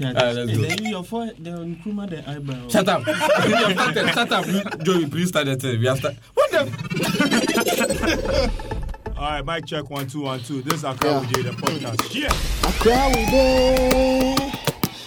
Ah, pay that's attention. good. and then your forehead, the Nkrumah, the eyebrow. Shut up. You have started. Shut up. Joey, please start the thing. We have started. What the? All right, mic check one two one two. This is Akra Yeah. with Jay, the podcast. Yeah. Accra we day,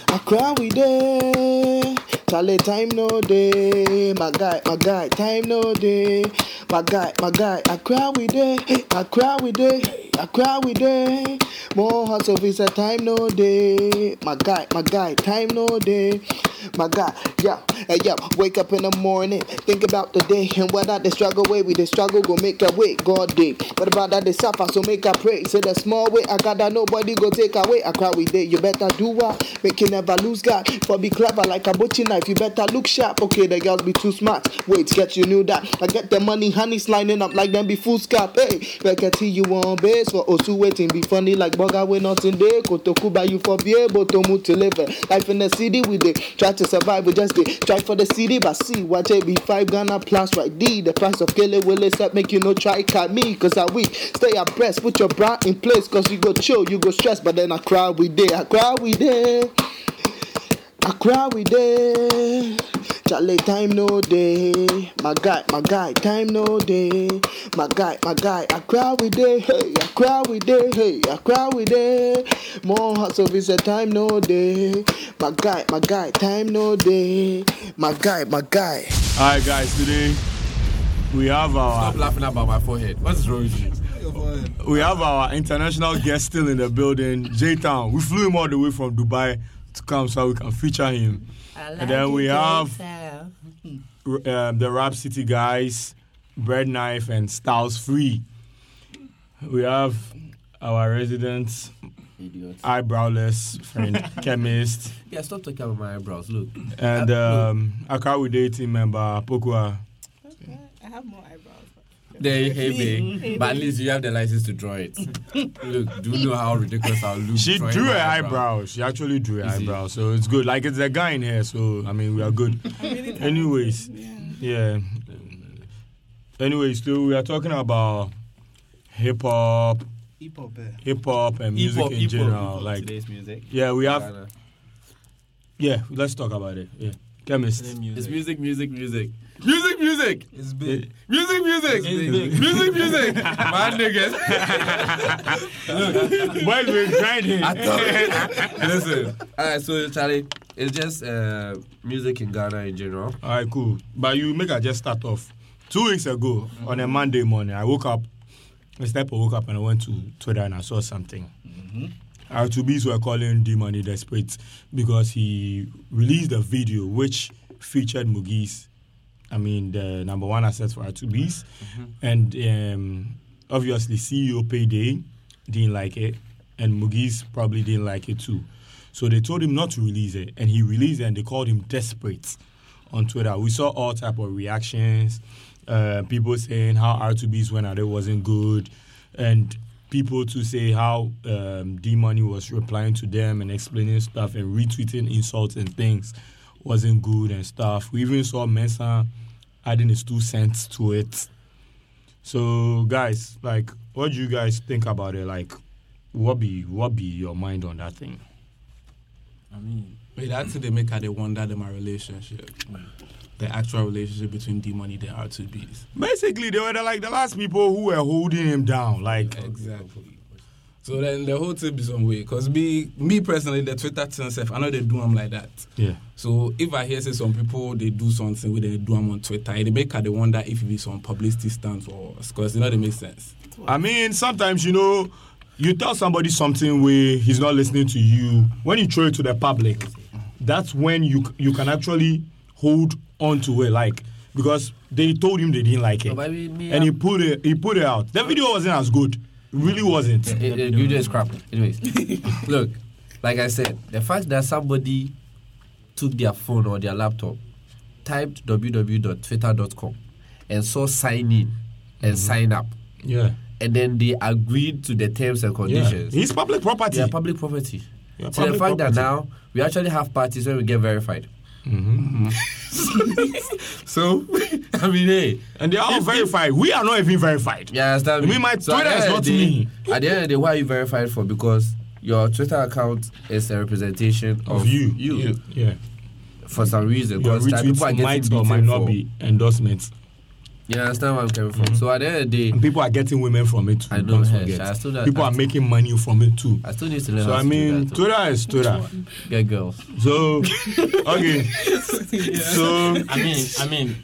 Accra we day. Charlie, time no day, my guy, my guy, time no day, my guy, my guy. Accra we day, Accra we day, Accra we day. More hustle visa, time no day, my guy, my guy, time no day, my guy. Yeah, hey yeah. Wake up in the morning, think about the day and whether the struggle way we the struggle go make a way. God day, but about that they suffer, so make a pray. Say the small way I got that nobody go take away. I cry with day, you better do what, make you never lose God. For be clever like a butcher knife, you better look sharp. Okay, the girls be too smart. Wait, get you knew that. I get the money, honey sliding up like them be foolscap. Hey, like I see you on base for Osu waiting. Be funny like bugger way nothing day. Kotoku by you for be able to move to live. it. Life in the city we dey try to survive, we just dey try for the city, but see watch it be five Ghana plus right D. The price of killing will except make you no try cut me, cause I weak. Stay abreast, put your bra in place, cause you go chill, you go stress, but then I cry we day, I cry we day. I cry we day. Charlie, time no day. My guy, my guy, time no day. My guy, my guy, I cry we day. Hey, I cry we day. Hey, I cry we day. More hustle is a time no day. My guy, my guy, time no day. My guy, my guy. All right, guys. Today we have our Stop laughing about my forehead. What's wrong with you? we have our international guest still in the building, J Town. We flew him all the way from Dubai to come so we can feature him. And then we have um, the Rap City guys, Bread Knife and Styles Free. We have our resident Idiot. eyebrowless friend, chemist, Yeah, stop talking about my eyebrows. Look. and um, Akawi Day team member Pokua. I have more eyebrows. There you have it. But at least you have the license to draw it. Look, do you know how ridiculous I'll look? She drawing drew my her eyebrow. She actually drew her Easy. eyebrow, so it's good. Like it's a guy in here, so I mean we are good. Anyways, yeah. Anyways, so we are talking about hip hop, Hip hop. eh. hip hop, and music Hip-hop, in hip-hop, general. hip-hop, like, Today's music. yeah, we have. Ghana. Yeah, let's talk about it. Yeah, chemist. It's music, music, music. Music, music. It's It- big. Music, music. It's big. Music, music. My niggas. Why we grinding? I thought- Listen. All right, so Charlie, it's just uh, music in Ghana in general. All right, cool. But you make I just start off. Two weeks ago, on a Monday morning, I woke up. This type of woke up and I went to Twitter and I saw something. Our two B's were calling D Money Desperate because he released a video which featured Mugis. I mean, the number one asset for our 2 B's. And um, obviously, CEO Payday didn't like it, and Mugis probably didn't like it too. So they told him not to release it, and he released it, and they called him desperate on Twitter. We saw all type of reactions, uh, people saying how R2B's went out, it wasn't good, and people to say how um, D Money was replying to them and explaining stuff and retweeting insults and things wasn't good and stuff. We even saw Mensah adding his two cents to it. So guys, like, what do you guys think about it? Like, what be what be your mind on that thing? I mean, Wait, that's how they make her they wonder them a relationship. The actual relationship between D Money and R2Bs. Basically, they were the, like the last people who were holding him down. Like, Exactly. So then the whole tip is on way. Cause me me personally, the Twitter thing self, I know they do them like that. yeah, So if I hear say some people they do something with they do them on Twitter, it make her they wonder if it be some publicity stunts or cause you know they make sense. I mean, sometimes you know, you tell somebody something where he's not listening to you. When you throw it to the public, that's when you you can actually hold on to it. Like, because they told him they didn't like it, No, but we- me, and he I'm- put it he put it out. The video wasn't as good. It really wasn't. It, it, you just crap. Anyways, look, like I said, the fact that somebody took their phone or their laptop, typed www.twitter.com, and saw sign in Mm-hmm. and sign up, Yeah. and then they agreed to the terms and conditions. He's public property. They are public property. Yeah, so the public fact that property. now we actually have parties when we get verified. Mm-hmm. so, I mean, hey, and they are all verified. We are not even verified. you understand You me? mean my at the Twitter end is of not the day- me? At the end of the day, why are you verified for? Because your Twitter account is a representation of, of you. You. Yeah. For some reason, Your because like, people are retweets getting might or beaten might not for- be Mm. endorsements. You understand where I'm coming from? So at the end of the day, And people are getting women from it too. I know. don't hey, forget. I still that. people I are still- making money from it too. I still need to learn. So I how to do mean, that, though. Twitter is Twitter. get girls. So okay, so I mean, I mean,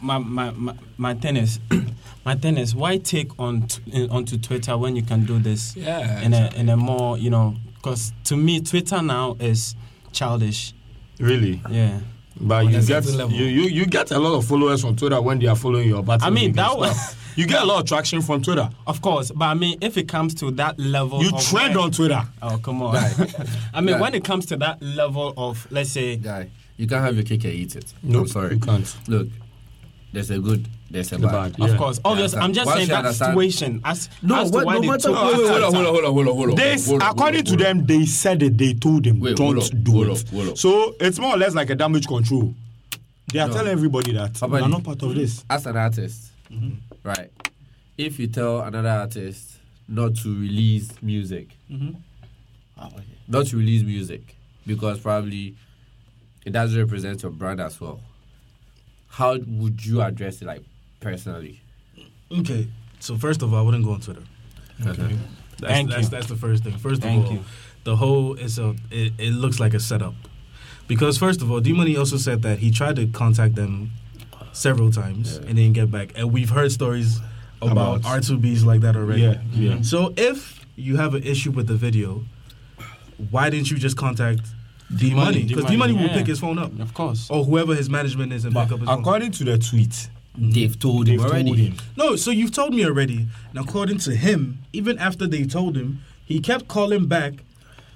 my my my, my tennis, my tennis. Why take on t- onto Twitter when you can do this Yeah. in a in a more you know? Because to me, Twitter now is childish. really, Yeah. but On you a get certain level. you, you you get a lot of followers on Twitter when they are following your battle. I mean league and that was. stuff. you get a lot of traction from Twitter. Of course, but I mean, if it comes to that level, You of trend where- on Twitter. Oh come on! I mean, when it comes to that level of, let's say, Guy, you can't have your cake and eat it. No, I'm sorry. you can't. Look, there's a good, there's a The bad. bad, of Yeah. course, obvious. understand. I'm just Once saying you that understand- situation as No, as to what, why no they matter took hold on, hold on, hold on, hold on, hold on. This, hold on, hold on, according to hold on. them, they said it. They told them, Wait, "Don't hold up, do hold it." up, hold up. So it's more or less like a damage control. They are No. telling everybody that Papa you are Lee. not part of this. as an artist, right? If you tell another artist not to release music, not to release music because probably it doesn't represent your brand as well. How would you address it, like personally? Okay, so first of all, I wouldn't go on Twitter. Okay. That's, Thank that's, you. that's the first thing. First Thank of all, you. the whole is a it, it looks like a setup. Because first of all, D Money also said that he tried to contact them several times and didn't get back. And we've heard stories about, About- R2Bs like that already. Yeah, yeah. So if you have an issue with the video, why didn't you just contact D Money? Because D Money will yeah. pick his phone up. Of course. Or whoever his management is and But pick up his phone. according to the tweet, They've told they've him already. told him. No, so you've told me already. And according to him, even after they told him, he kept calling back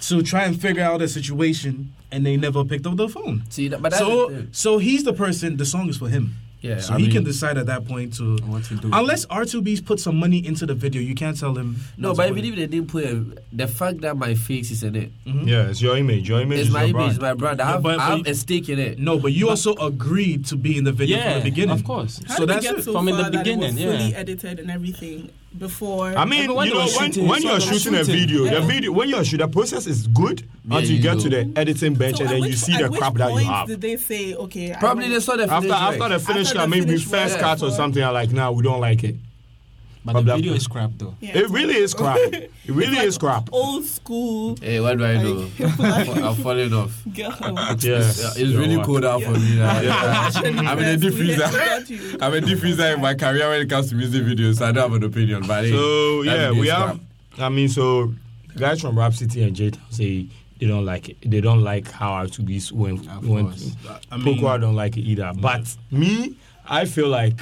to try and figure out a situation, and they never picked up the phone. See, that- but that's the so, thing. so he's the person. The song is for him. Yeah, So I he mean- can decide at that point to. What to do? Unless R2B's put some money into the video, you can't tell him. No, not but to I put it. believe they didn't put a, the fact that my face is in it. Yeah, it's your image. Your image It's is my your image, brand. it's my brand. I Yeah, have, but- I but have you- a stake in it. No, but you also agreed to be in the video yeah, from the beginning. Of course. So that's it. so From in the far that it was beginning, fully yeah. edited and everything before. I mean, Even when you they know, were when, shooting, when so you're they were shooting a shooting. video, the Yeah. video, when you're shooting, the process is good Yeah, until you you get go. to the editing bench so and at then which, you see at the which crap that you point have. Did they say okay? I Probably don't- they saw the After finished after the work. finish, After I the mean, we finished work. first cut or something. I'm like, nah, we don't like it. But the Probably- video is crap though. Yeah. oh, It really is crap. It really is crap. old school Hey, what Eh, do I know? I'm falling off. girl. It's, uh, it's really cold out for me. now. I'm in a deep freezer. I'm a deep freezer in my career when it comes to music videos. So I don't have an opinion, but hey, So that yeah, video we is have. crap. I mean, so guys from Rap City and J Town say they don't like it. They don't like how R2B's went. Of went course. I mean- Poco, I don't like it either. But me, I feel like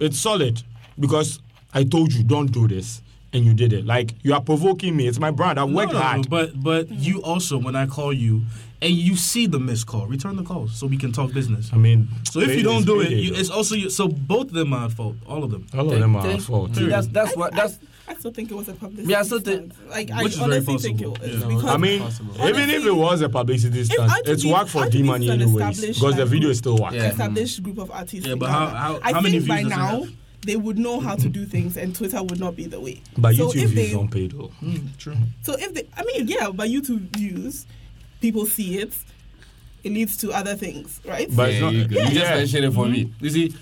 it's solid because I told you don't do this, and you did it. Like you are provoking me. It's my brand. I No, worked no, no, hard. but but you also when I call you and you see the missed call, return the call so we can talk business. I mean, So if payday you don't is do it, payday, you, though. Oh. it's also you, so both of them are at fault. All of them. all of Take- them are take- at fault. See, that's that's what that's. I still think it was a publicity. Yeah, I still think- stunt. like Which is I very honestly think it possible. was Yeah. because I mean, Possible. even if it was a publicity stunt, R2B it's work for D money is an anyways established because the video is still work. Yeah. established group of artists. Yeah, in but how- Ghana. how- I think how many views by does it now have? they would know how to do things, and Twitter would not be the way. But so YouTube if views they, don't pay though. True. so if they, I mean, yeah, but YouTube views, people see it. It leads to other things, right? But it's Yeah, not. you, go. You just Yeah. mentioned it for me. You see,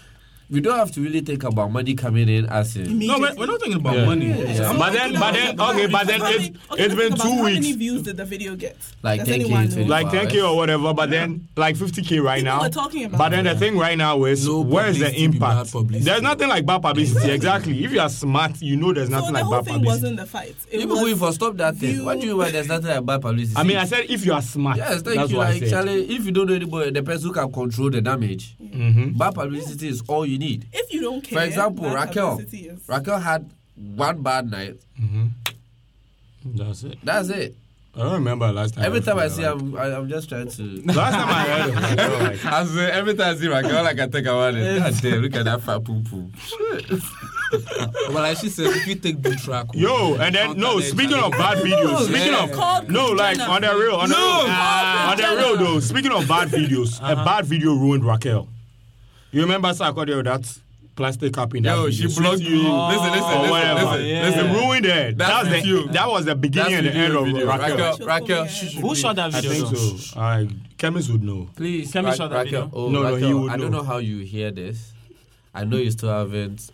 we don't have to really think about money coming in as in. No, we're, we're not talking about Yeah. money. Yeah. I'm- But then, but then, okay, but then How it, many- okay, it's let's been think about two How many weeks, views did the video get? Like Does 10K, anyone know? 20K. like 10k Wow, or whatever. But then, like 50k right People now. are talking about But then the it. thing right now is No where is the publicity be bad impact? publicity. There's nothing like bad publicity. Exactly. If you are smart, you know there's So nothing the like whole bad thing publicity. wasn't the fight. It Even was if I stop that thing, what do you mean there's nothing like bad publicity? I mean, I said if you are smart. yes, thank that's you. what I Like, said. Charlie, if you don't know anybody, the person who can control the damage, Mm-hmm. bad publicity is all you need. If you don't care, For example, bad Raquel. publicity is- Raquel had one bad night. Mm-hmm. That's it. That's it. I don't remember last time. Every time I see, like, I'm, I, I'm just trying to. last time I heard him, I felt like, As, uh, every time I see my girl, I can think about it. God damn, look at that fat poo poo. Well, like she said, if you take the track, Yo, and then no. Speaking of bad videos, speaking yeah. of no, like on the real, on the real, uh, on the real though. Uh-huh. Speaking of bad videos, a bad video ruined Raquel. You remember Sarkodie that plastic cup in that Yo, video. she blocked Sweet you. Listen, or listen, listen, whatever. listen. Yeah. listen. They ruined it. That's That's with the, you. That was the beginning and the end of video. Raquel. Raquel, Raquel. Raquel. Who shot that I video? think though? so. I, chemists would know. Please, Can we show that video? Oh, No, no, Raquel, he would I don't know. know how you hear this. I know you still haven't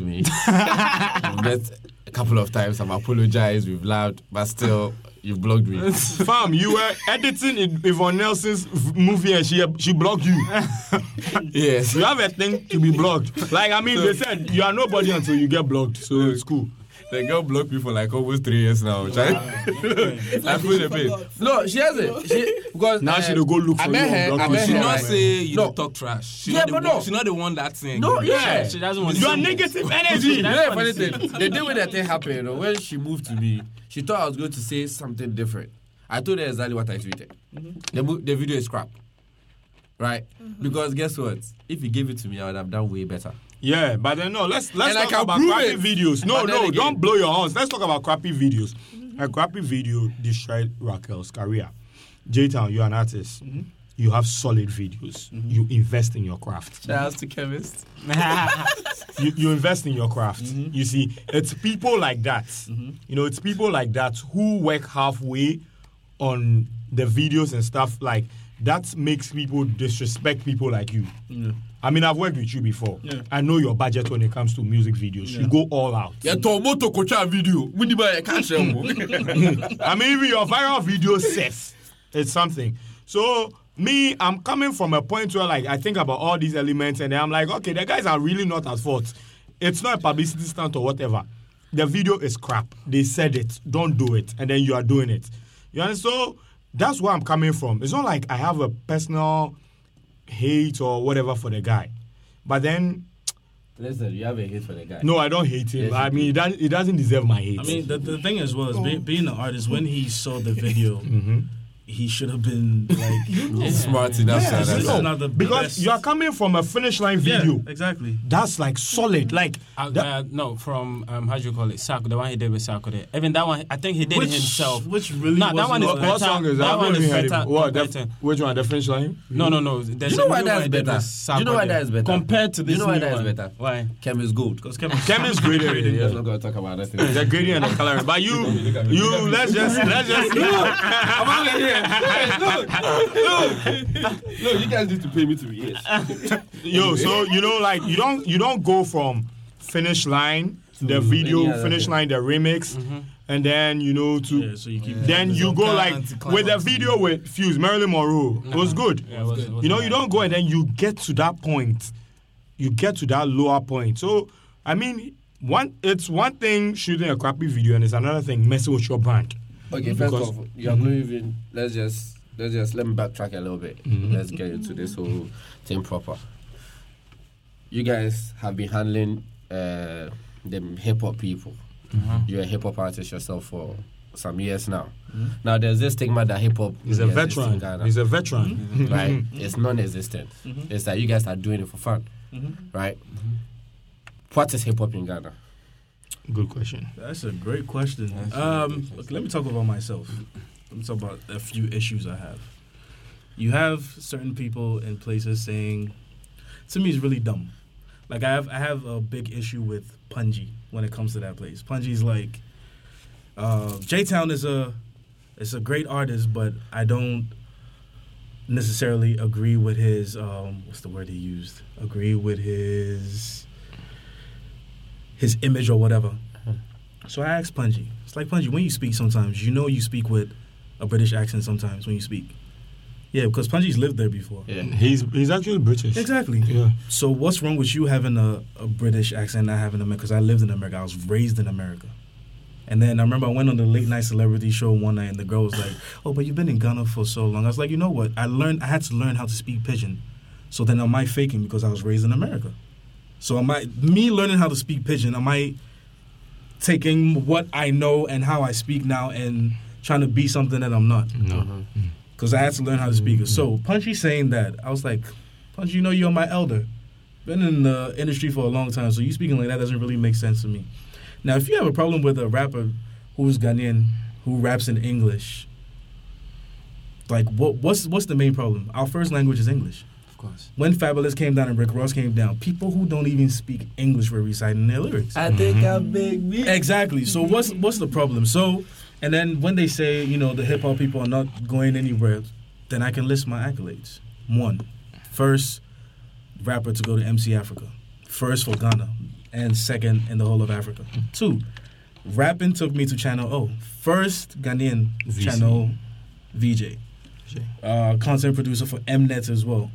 me. We've met a couple of times. I've apologized. We've laughed, but still, you blocked me. Fam, you were editing Yv- Yvonne Nelson's v- movie and she she blocked you. yes. You have a thing to be blocked. Like I mean, they said you are nobody until you get blocked. So it's cool. The girl blocked me for like almost three years now. which I, I like feel she the pain. forgot. No, she hasn't. She, because Now uh, she dey go look I for met you Her, and I block met you. She her, not right? say you No. dey talk trash. She Yeah, not the but one- no. She not the one that Uh, thing. No, yeah. She doesn't want to You are see it. negative energy. You know, funny thing. The day when that thing happened, you know, when she moved to me, she thought I was going to say something different. I told her exactly what I tweeted. Mm-hmm. The, mo- the video is crap, right? Because guess what? If you gave it to me, I would have done way better. Yeah, but then no, let's let's And I talk can about prove crappy it. videos. No, But then no, again- don't blow your horns. Let's talk about crappy videos. A crappy video destroyed Raquel's career. J Town, you're an artist. Mm-hmm. You have solid videos. You invest in your craft. Shout out to chemist. You, you invest in your craft. You see, it's people like that. You know, it's people like that who work halfway on the videos and stuff like that makes people disrespect people like you. I mean, I've worked with you before. Yeah. I know your budget when it comes to music videos. You go all out. Yeah, Tomoto Kocha video. We need buy a cash I mean, even your viral video says it's something. So me, I'm coming from a point where like I think about all these elements, and then I'm like, okay, the guys are really not at fault. It's not a publicity stunt or whatever. The video is crap. They said it. Don't do it, and then you are doing it. You understand? So that's where I'm coming from. It's not like I have a personal hate or whatever for the guy, but then. Listen, you have a hate for the guy. No, I don't hate him. Yes, I you mean, it doesn't, it doesn't deserve my hate. I mean, the, the thing as well is be, being an artist. When he saw the video, Mm-hmm. he should have been like, He's smart enough. Yeah, sir, that's no, it. not the because best. you are coming from a finish line yeah, video. exactly. That's like solid. Like Uh, that- uh, no, from um, how do you call it? Saku, the one he did with Saku there. Even that one, I think he did Which- it himself. which really Nah, that wasn't one is what- better. what That one is better. What? compared The, to- which one? The finish line? no, no, no. There's You know a why new that one is he did better? with Saku You know why there. that is better? Compared to this You know why new that is one. better? Why? Chemist gold. Because Kevin, Chemist graded it. Let's Yeah. not gonna talk about that thing. The gradient and the coloring. But you, you, let's just, let's just. No, you guys need to pay me to be yes. Yo, so you know, like you don't, you don't go from finish line, the video, any other finish thing. line, the remix, and then you know to. yeah, so you keep. Then you go like anti-climax. with the video with Fuse Marilyn Monroe. It was good. Yeah, it was- it was you know, bad. you don't go and then you get to that point. You get to that lower point. So I mean, one it's one thing shooting a crappy video and it's another thing messing with your brand. Okay, first Because- of all, you're not even. Let's just let's just let me backtrack a little bit. Let's get into this whole thing proper. You guys have been handling uh, the hip hop people. You're a hip hop artist yourself for some years now. Now there's this stigma that hip hop He's a exists in veteran. Ghana He's a veteran. right? It's non-existent. It's that you guys are doing it for fun, Mm-hmm. right? What is hip hop in Ghana? Good question. That's a great question. Um, look, let me talk about myself. Let me talk about a few issues I have. You have certain people in places saying, to me, it's really dumb. Like I have, I have a big issue with Punji when it comes to that place. Punji's like, uh, J Town is a, is a great artist, but I don't necessarily agree with his, um, what's the word he used? Agree with his, his image or whatever. So I asked Punji. It's like Punji, when you speak sometimes, you know you speak with a British accent sometimes when you speak. Yeah, because Punji's lived there before. He's he's actually British. Exactly. Yeah. So what's wrong with you having a, a British accent, not having America? Because I lived in America. I was raised in America. And then I remember I went on the late night celebrity show one night, and the girl was like, "Oh, but you've been in Ghana for so long." I was like, "You know what? I learned. I had to learn how to speak pidgin. So then, am I faking because I was raised in America? So am I me learning how to speak pidgin? Am I taking what I know and how I speak now and trying to be something that I'm not? No. because I had to learn how to speak it. So Punchy saying that, I was like, Punchy, you know you're my elder. Been in the industry for a long time, so you speaking like that doesn't really make sense to me. Now, if you have a problem with a rapper who's Ghanaian who raps in English, like what what's what's the main problem? Our first language is English. course. When Fabulous came down and Rick Ross came down, people who don't even speak English were reciting their lyrics. I think I'm big. Exactly. So what's what's the problem? So and then when they say you know the hip hop people are not going anywhere, then I can list my accolades. One, first rapper to go to MC Africa, first for Ghana, and second in the whole of Africa. Two, rapping took me to Channel O, first Ghanaian VC. Channel VJ, uh, content producer for Mnet as well.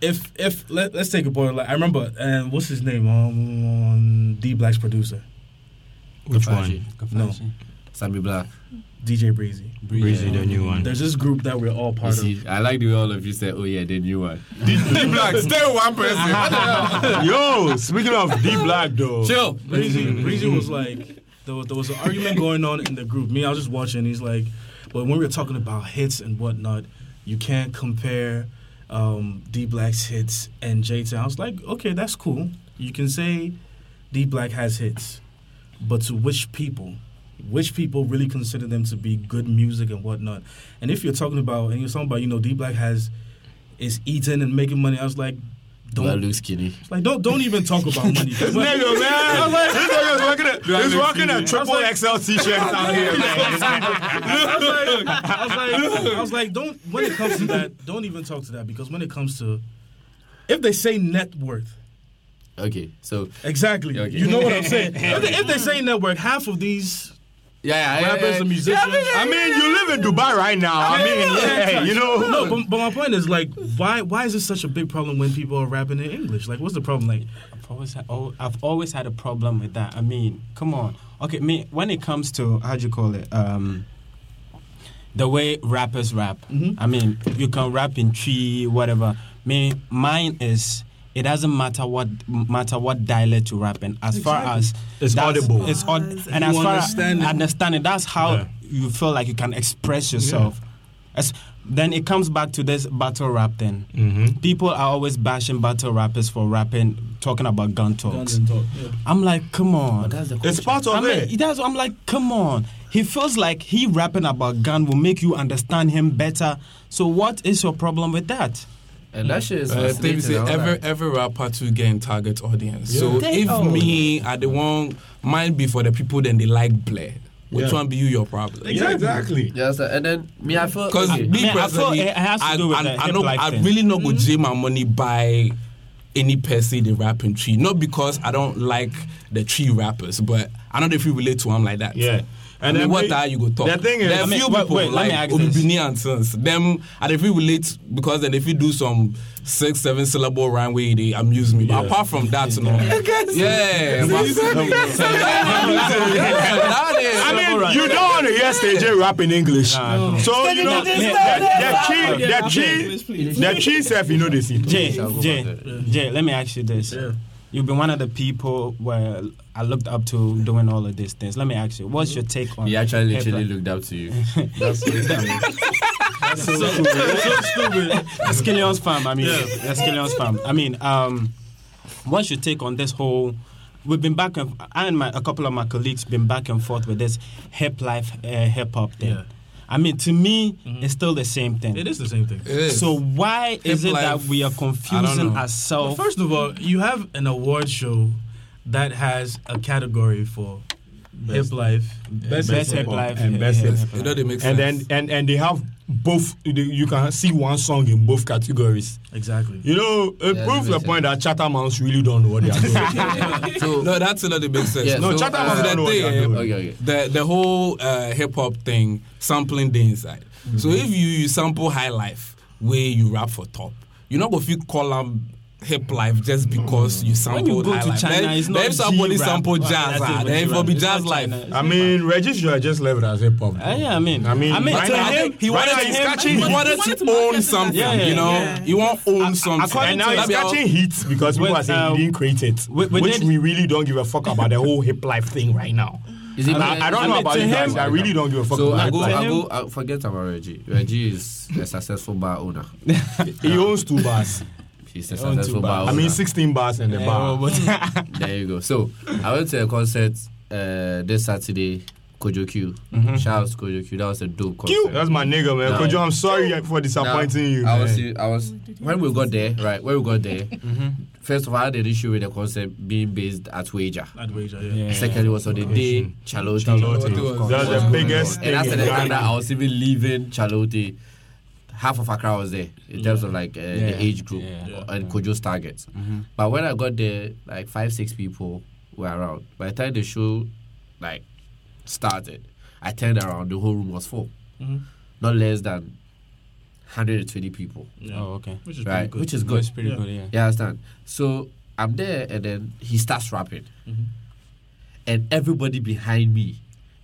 If if let, let's take a boy like I remember and what's his name um D Black's producer Which Kafaji. one? No. Sammy Black. DJ Breezy. Um, Breezy, the new one. There's this group that we're all You part of. see, I like the way all of you said, "Oh yeah, the new one." D Black, still one person. What the hell? Yo, speaking of D Black though. Chill. Breezy, Breezy was like, there was, there was an argument going on in the group. Me, I was just watching. He's like, but when we were talking about hits and whatnot, you can't compare um, D Black's hits and J Town. I was like, okay, that's cool. You can say D Black has hits, but to which people? Which people really consider them to be good music and whatnot? And if you're talking about, and you're talking about, you know, D Black has is eating and making money. I was like, Do I don't look skinny? Like don't don't even talk about money. This nigga, man. This nigga's working at, he's working at triple XL t-shirts out here, man. I was like, I was like, I was like, don't. When it comes to that, don't even talk to that because when it comes to, if they say net worth, Okay, so exactly, Okay. you know what I'm saying. if, they, if they say net worth, half of these yeah, yeah, yeah, rappers yeah. and musicians. I mean, you live in Dubai right now. I mean, hey, you know. No, but, but my point is like, why why is this such a big problem when people are rapping in English? Like, what's the problem? Like, I've always, had, oh, I've always had a problem with that. I mean, come on. Okay, me when it comes to how do you call it? Um, the way rappers rap. I mean, you can rap in tree, whatever. Me, mine is. It doesn't matter what matter what dialect you rap in. As far as It's that's- audible. it's aud- and You as far as understand it. understanding, that's how Yeah. you feel like you can express yourself. As, then it comes back to this battle rap thing. Mhm. People are always bashing battle rappers for rapping, talking about gun talks. I'm like, come on. That's the It's part I of mean, it. that's I'm like, come on. He feels like he rapping about gun will make you understand him better. So what is your problem with that? and that shit is Uh, fascinating. David say I was every like, every rapper to get in target audience. So They- if oh. me I the one mine be for the people then they like Blair. Which Yeah. one be you your problem? Yeah, exactly. yeah, so, and then me, I feel Because okay. me Man, I thought personally, it has to do with the I, know- hip-life I thing. really not go jay my money by any person in rapping tree. Not because I don't like the tree rappers, but I don't know if you relate to them like that. Yeah. And then what we- are you go talk? The thing is, there are few wait, people wait, let me ask like this. Obibini and sons. Them, and if you relate, because then if you do some six, seven syllable rhyme way, they amuse me. But Yeah. apart from that, no. Yeah, but- So that is- I mean, you don't want to hear Stage A rap in English. So, you know, the, the, the, the English, chi, please. the chi self, you know, they see. Jay, I'll go Jay, back Jay, let me ask you this. You've been one of the people where I looked up to doing all of these things. Let me ask you, what's Mm-hmm. your take on he actually literally hip-hop? looked up to you. Eskilion's fam. I mean, Eskilion's fam. I mean, um, what's your take on this whole? We've been back and I and my a couple of my colleagues been back and forth with this hip life uh, hip hop thing. Yeah. I mean, to me, it's still the same thing. it is the same thing. It is. So why is it Hip that life, we are confusing know. ourselves? First of all, you have an award show that has a category for hip life, best, best hip hip-hop life and yeah, best yeah, hip- hip-hop. You know they make And sense. then, and, and they have both, you can see one song in both categories. exactly. You know, it Yeah, proves that the makes point that Chattermans really don't know what they are doing. So no, that's not the big sense. Yeah, no, so, chat uh, about that okay, thing. okay, okay. eh, The the whole uh, hip hop thing, sampling the inside. So if you, you sample high life where you rap for top, you know if you call them hip life just because you sampled you go high to life. China, Then- it's then not if somebody G-rap. sample Well, jazz, that's ah, it, then it it's will be not jazz China, life. it's I mean, register just left it as hip hop. Uh, yeah, I mean, I mean, I mean, right to now- him, He right wanted, now to he's him- catching he heat. wanted He wanted to to market own himself. something, Yeah, yeah, you know. yeah. You want to own And something. now he's That'd be how- catching heat because people With, are saying um, he didn't create it, we- we which did- we really don't give a fuck about the whole hip life thing right now. Is it I, I don't know mean, about to you guys. him- I really don't give a fuck. So I about go, hip life. I go, I forget about Reggie. Reggie is a successful bar owner. He owns two bars. He's a Own two successful bar bars. owner. I mean, 16 bars and a Yeah, bar. well, but- There you go. So I went to a concert uh, this Saturday Kojo Q. Mhm. Shout out to Kojo Q. That was a dope concert. Mm-hmm. That's my nigga, man. Nah. Kojo, I'm sorry for Now, disappointing you. I was, man. I was when we got there, right? When we got there, Mm-hmm. first of all, I had an issue with the concept being based at Wager. I'd wager, yeah. Yeah. Secondly, was on the day Charlotte. Charlotte. Charlotte was- That's was the good. biggest And thing. after the in time that Ghana. I was even leaving Charlotte, half of Accra was there in terms of like uh, Yeah. the age group Yeah. uh, and Kojo's targets. But when I got there, like five, six people were around. By the time the show like started, I turned around, the whole room was full. Mhm. Not less than 120 people, yeah. Oh, okay. Which is pretty right? good. Which is Good. good. It's pretty Yeah. good, yeah. Yeah, I understand. So I'm there, and then he starts rapping, Mhm. and everybody behind me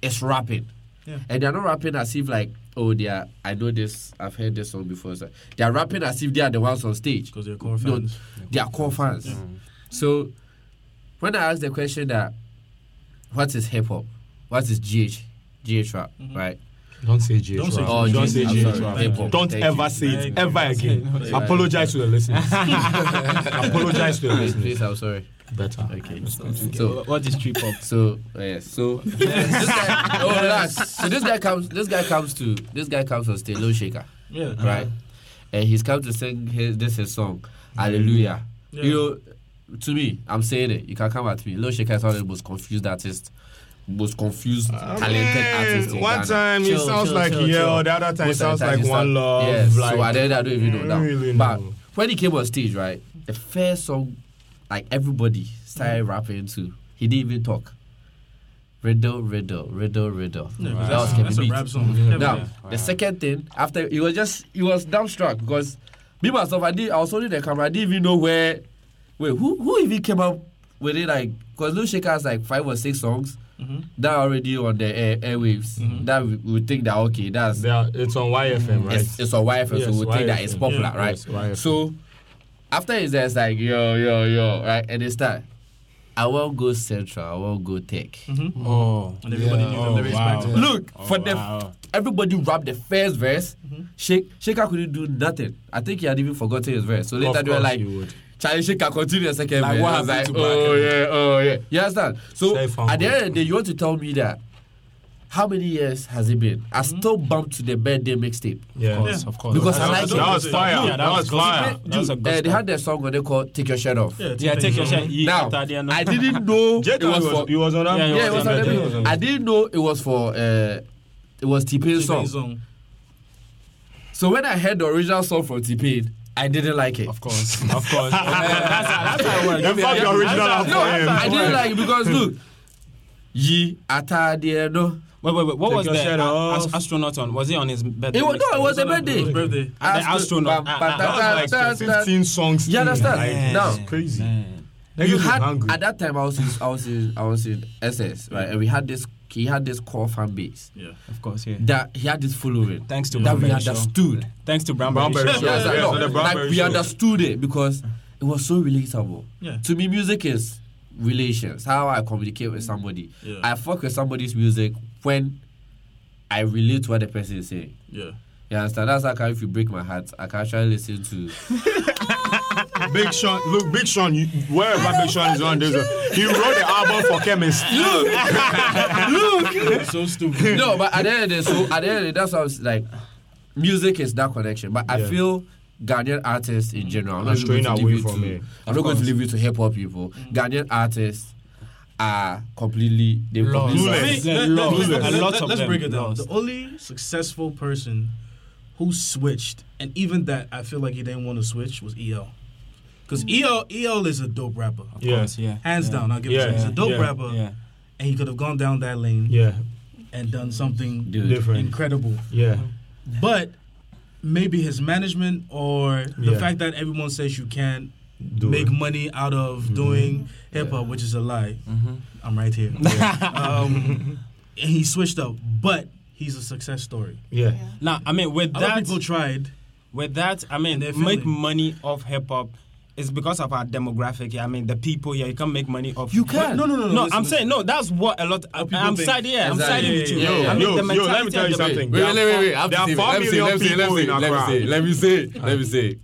is rapping, Yeah. and they're not rapping as if like, oh, they are. I know this. I've heard this song before. So they're rapping as if they are the ones on stage. Because they're core No, fans. They are core fans. Mm. So when I asked the question that, what is hip hop? What is GH? GH rap, Mm-hmm. right? Don't say J. Don't say Trump. Oh, Don't GH, say I'm J. sorry, Trump. hip hop. Don't Thank ever you. say it Thank ever again. you. Apologize to the listeners. Apologize to the Please, listeners. please, I'm sorry. Better. Okay. Okay, So wh- what is trip hop? So yes, so this guy, oh, relax. So this guy comes. This guy comes to. This guy comes on stage, Low Shaker, Yeah. right? And he's come to sing his this his song, Hallelujah. Yeah. You know, to me, I'm saying it. You can come at me. Low Shaker is one of the most confused artists, most confused talented artists in Oh, one Ghana. time it Chill, sounds chill, like chill, yeah, chill. the other time it Most sounds of the time like he one start- love. Yes, like, so I don't, I don't even know don't now. really but know. when he came on stage, right, the first song, like everybody started rapping to. He didn't even talk. Riddle, riddle, riddle, riddle. Yeah, 'cause that that's, was Kevin that's a Beat. rap song. Yeah, Now, yeah. Wow. the second thing after he was just he was dumbstruck because me myself I did I was holding the camera I didn't even know where. Wait, who who even came up with it like? Because Lil Shaker has like five or six songs Mhm. that are already on the air, airwaves Mm-hmm. that we, we think that okay that's They are- it's on YFM, right? it's, it's on YFM, Yes, so we think that it's YFM. popular, Yeah, right? yes, YFM. so after it's there, it's like yo, yo, yo, right? And they start. I won't go central. I won't go tech. Oh. And everybody knew Oh, the lyrics back to wow. back. Mm-hmm. Look Oh, for the wow. everybody rapped the first verse. Shake Shaker couldn't do nothing. I think he had even forgotten his verse. So later Of they were course like, you would. Charlie Shaker continue the second Like, verse. what I was happened like, to back oh and- yeah, oh yeah. You understand? So Safe at the humble. end of the day, you want to tell me that how many years has it been? I still bumped to the birthday mixtape. Of yeah. course, of course. Mm-hmm. Because I That like was- it. that was fire. Yeah, that was fire. That was a good Uh, they start. had their song on they called Take Your Shirt Off. Yeah, take your shot. Ye- Now, after the end of- I didn't know J it Town was was- for. he was on that. Yeah, he Yeah, was it on was on that that day. video. I didn't know it was for. Uh, it was T Pain's song. song. So when I heard the original song from T Pain, I didn't like it. Of course, of course. that's, that's how it works. In fact, the original That's No, how- album. I didn't like it because look, ye atade e no. Wait, wait, wait. What Take was your the shirt a- off. as- astronaut on? Was he on his birthday? It was no, it was a It was birthday. birthday. The astronaut. Ah, ah, That was like 15 songs. You in, understand? Like, Now- it's crazy. Man. Niggas you was had hungry. at that time I was in I was in I was in SS right, and we had this he had this core fan base Yeah. Of course, yeah. that he had this following Thanks to Mm. that we Brownberry Show. understood. Thanks to Brown Brownberry Berry Show. Show. Yeah, yeah, no, so the like Brownberry we show. understood it because it was so relatable. Yeah. To me, music is relations. How I communicate with somebody. Yeah. I fuck with somebody's music when I relate to what the person is saying. Yeah. You understand? That's how come if you break my heart, I can actually listen to. Big Sean, look, Big Sean, you, wherever Big Sean is on this, he wrote the album for Chemist. It's so stupid. no, but at the end of the day, so at the end of the day, that's what I was like. Music is that connection, but I Yeah. feel Ghanaian artists in general. I'm not I'm straying going to away leave you from to, it. Mm. I'm not going to leave you to hip hop people. Ghanaian artists are completely they Clueless. Clueless. Let- A let- lot let- of let- them. let- Let's break it down. Lost. The only successful person who switched, and even that I feel like he didn't want to switch, was E EL. Because EL, EL E is a dope rapper. Of Yeah. course, yeah. Hands yeah. down, I'll give it Yeah. to you. He's a dope Yeah. rapper, Yeah. and he could have gone down that lane Yeah, and done something Dude. different. incredible. Yeah, But maybe his management or the Yeah. fact that everyone says you can't do make it. Mm-hmm. money out of doing hip hop, which is a lie. Mm-hmm. I'm right here. um, and he switched up, but he's a success story. Yeah, Now, I mean, with A lot that, of people tried. with that, I mean, And they're make feeling- money off hip hop. It's because of our demographic. Yeah, I mean, the people here, you can make money off. You can. No, no, no, no. No, listen, I'm listen. saying no. That's what a lot. I, people I'm think. side. Yeah, I'm Exactly. siding with you. Yeah, yeah, yeah. I mean, Yo, the yo, let me mentality tell of you the- something. Wait, There are wait, wait, wait, wait. I have there to are say it. four Let me say it, million let me say it, let me people say in Accra. it, let me say it, let me say it, let me say it.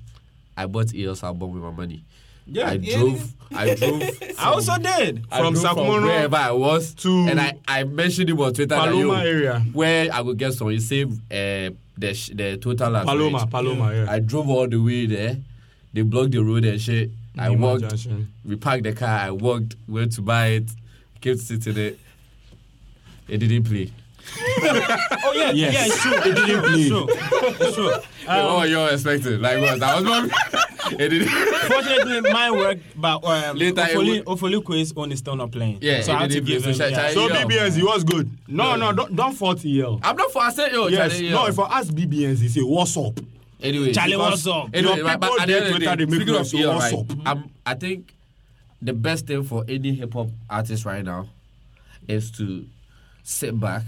I bought EL's album with my money. Yeah. I Yeah, drove. I drove. I also did. I From drove Sakumono wherever I was to and I, I mentioned it on Twitter. that, Paloma yo, area. where I could get some. You save uh, the sh- the total as Paloma, rate. Paloma, yeah. I drove all the way there. They blocked the road and shit. I Nima walked. Junction. We parked the car. I walked. Went to buy it. Came to sit in it. It didn't play. Oh yeah, Yes. yeah, it's true. It didn't bleed. it's true. It's true. oh, you're expected. Like what? I was not. it didn't. Fortunately, mine worked, but um, Later it Ofoli, would- Ofoli Quiz own is still not playing. Yeah, so I it had to didn't give play. him. So yeah. Shai- So, So Yeah. BBNZ, it was good. No, no, don't, don't fault EL. I'm not for. I said, yo, Yes. Oh, Charlie, E yo. No, if I ask BBNZ, say what's up. anyway. Charlie, what's up? Anyway, Your but- but people at the end did of the Twitter, day, they make speaking of noise, so EL, what's right, up? I'm- I think the best thing for any hip hop artist right now is to sit back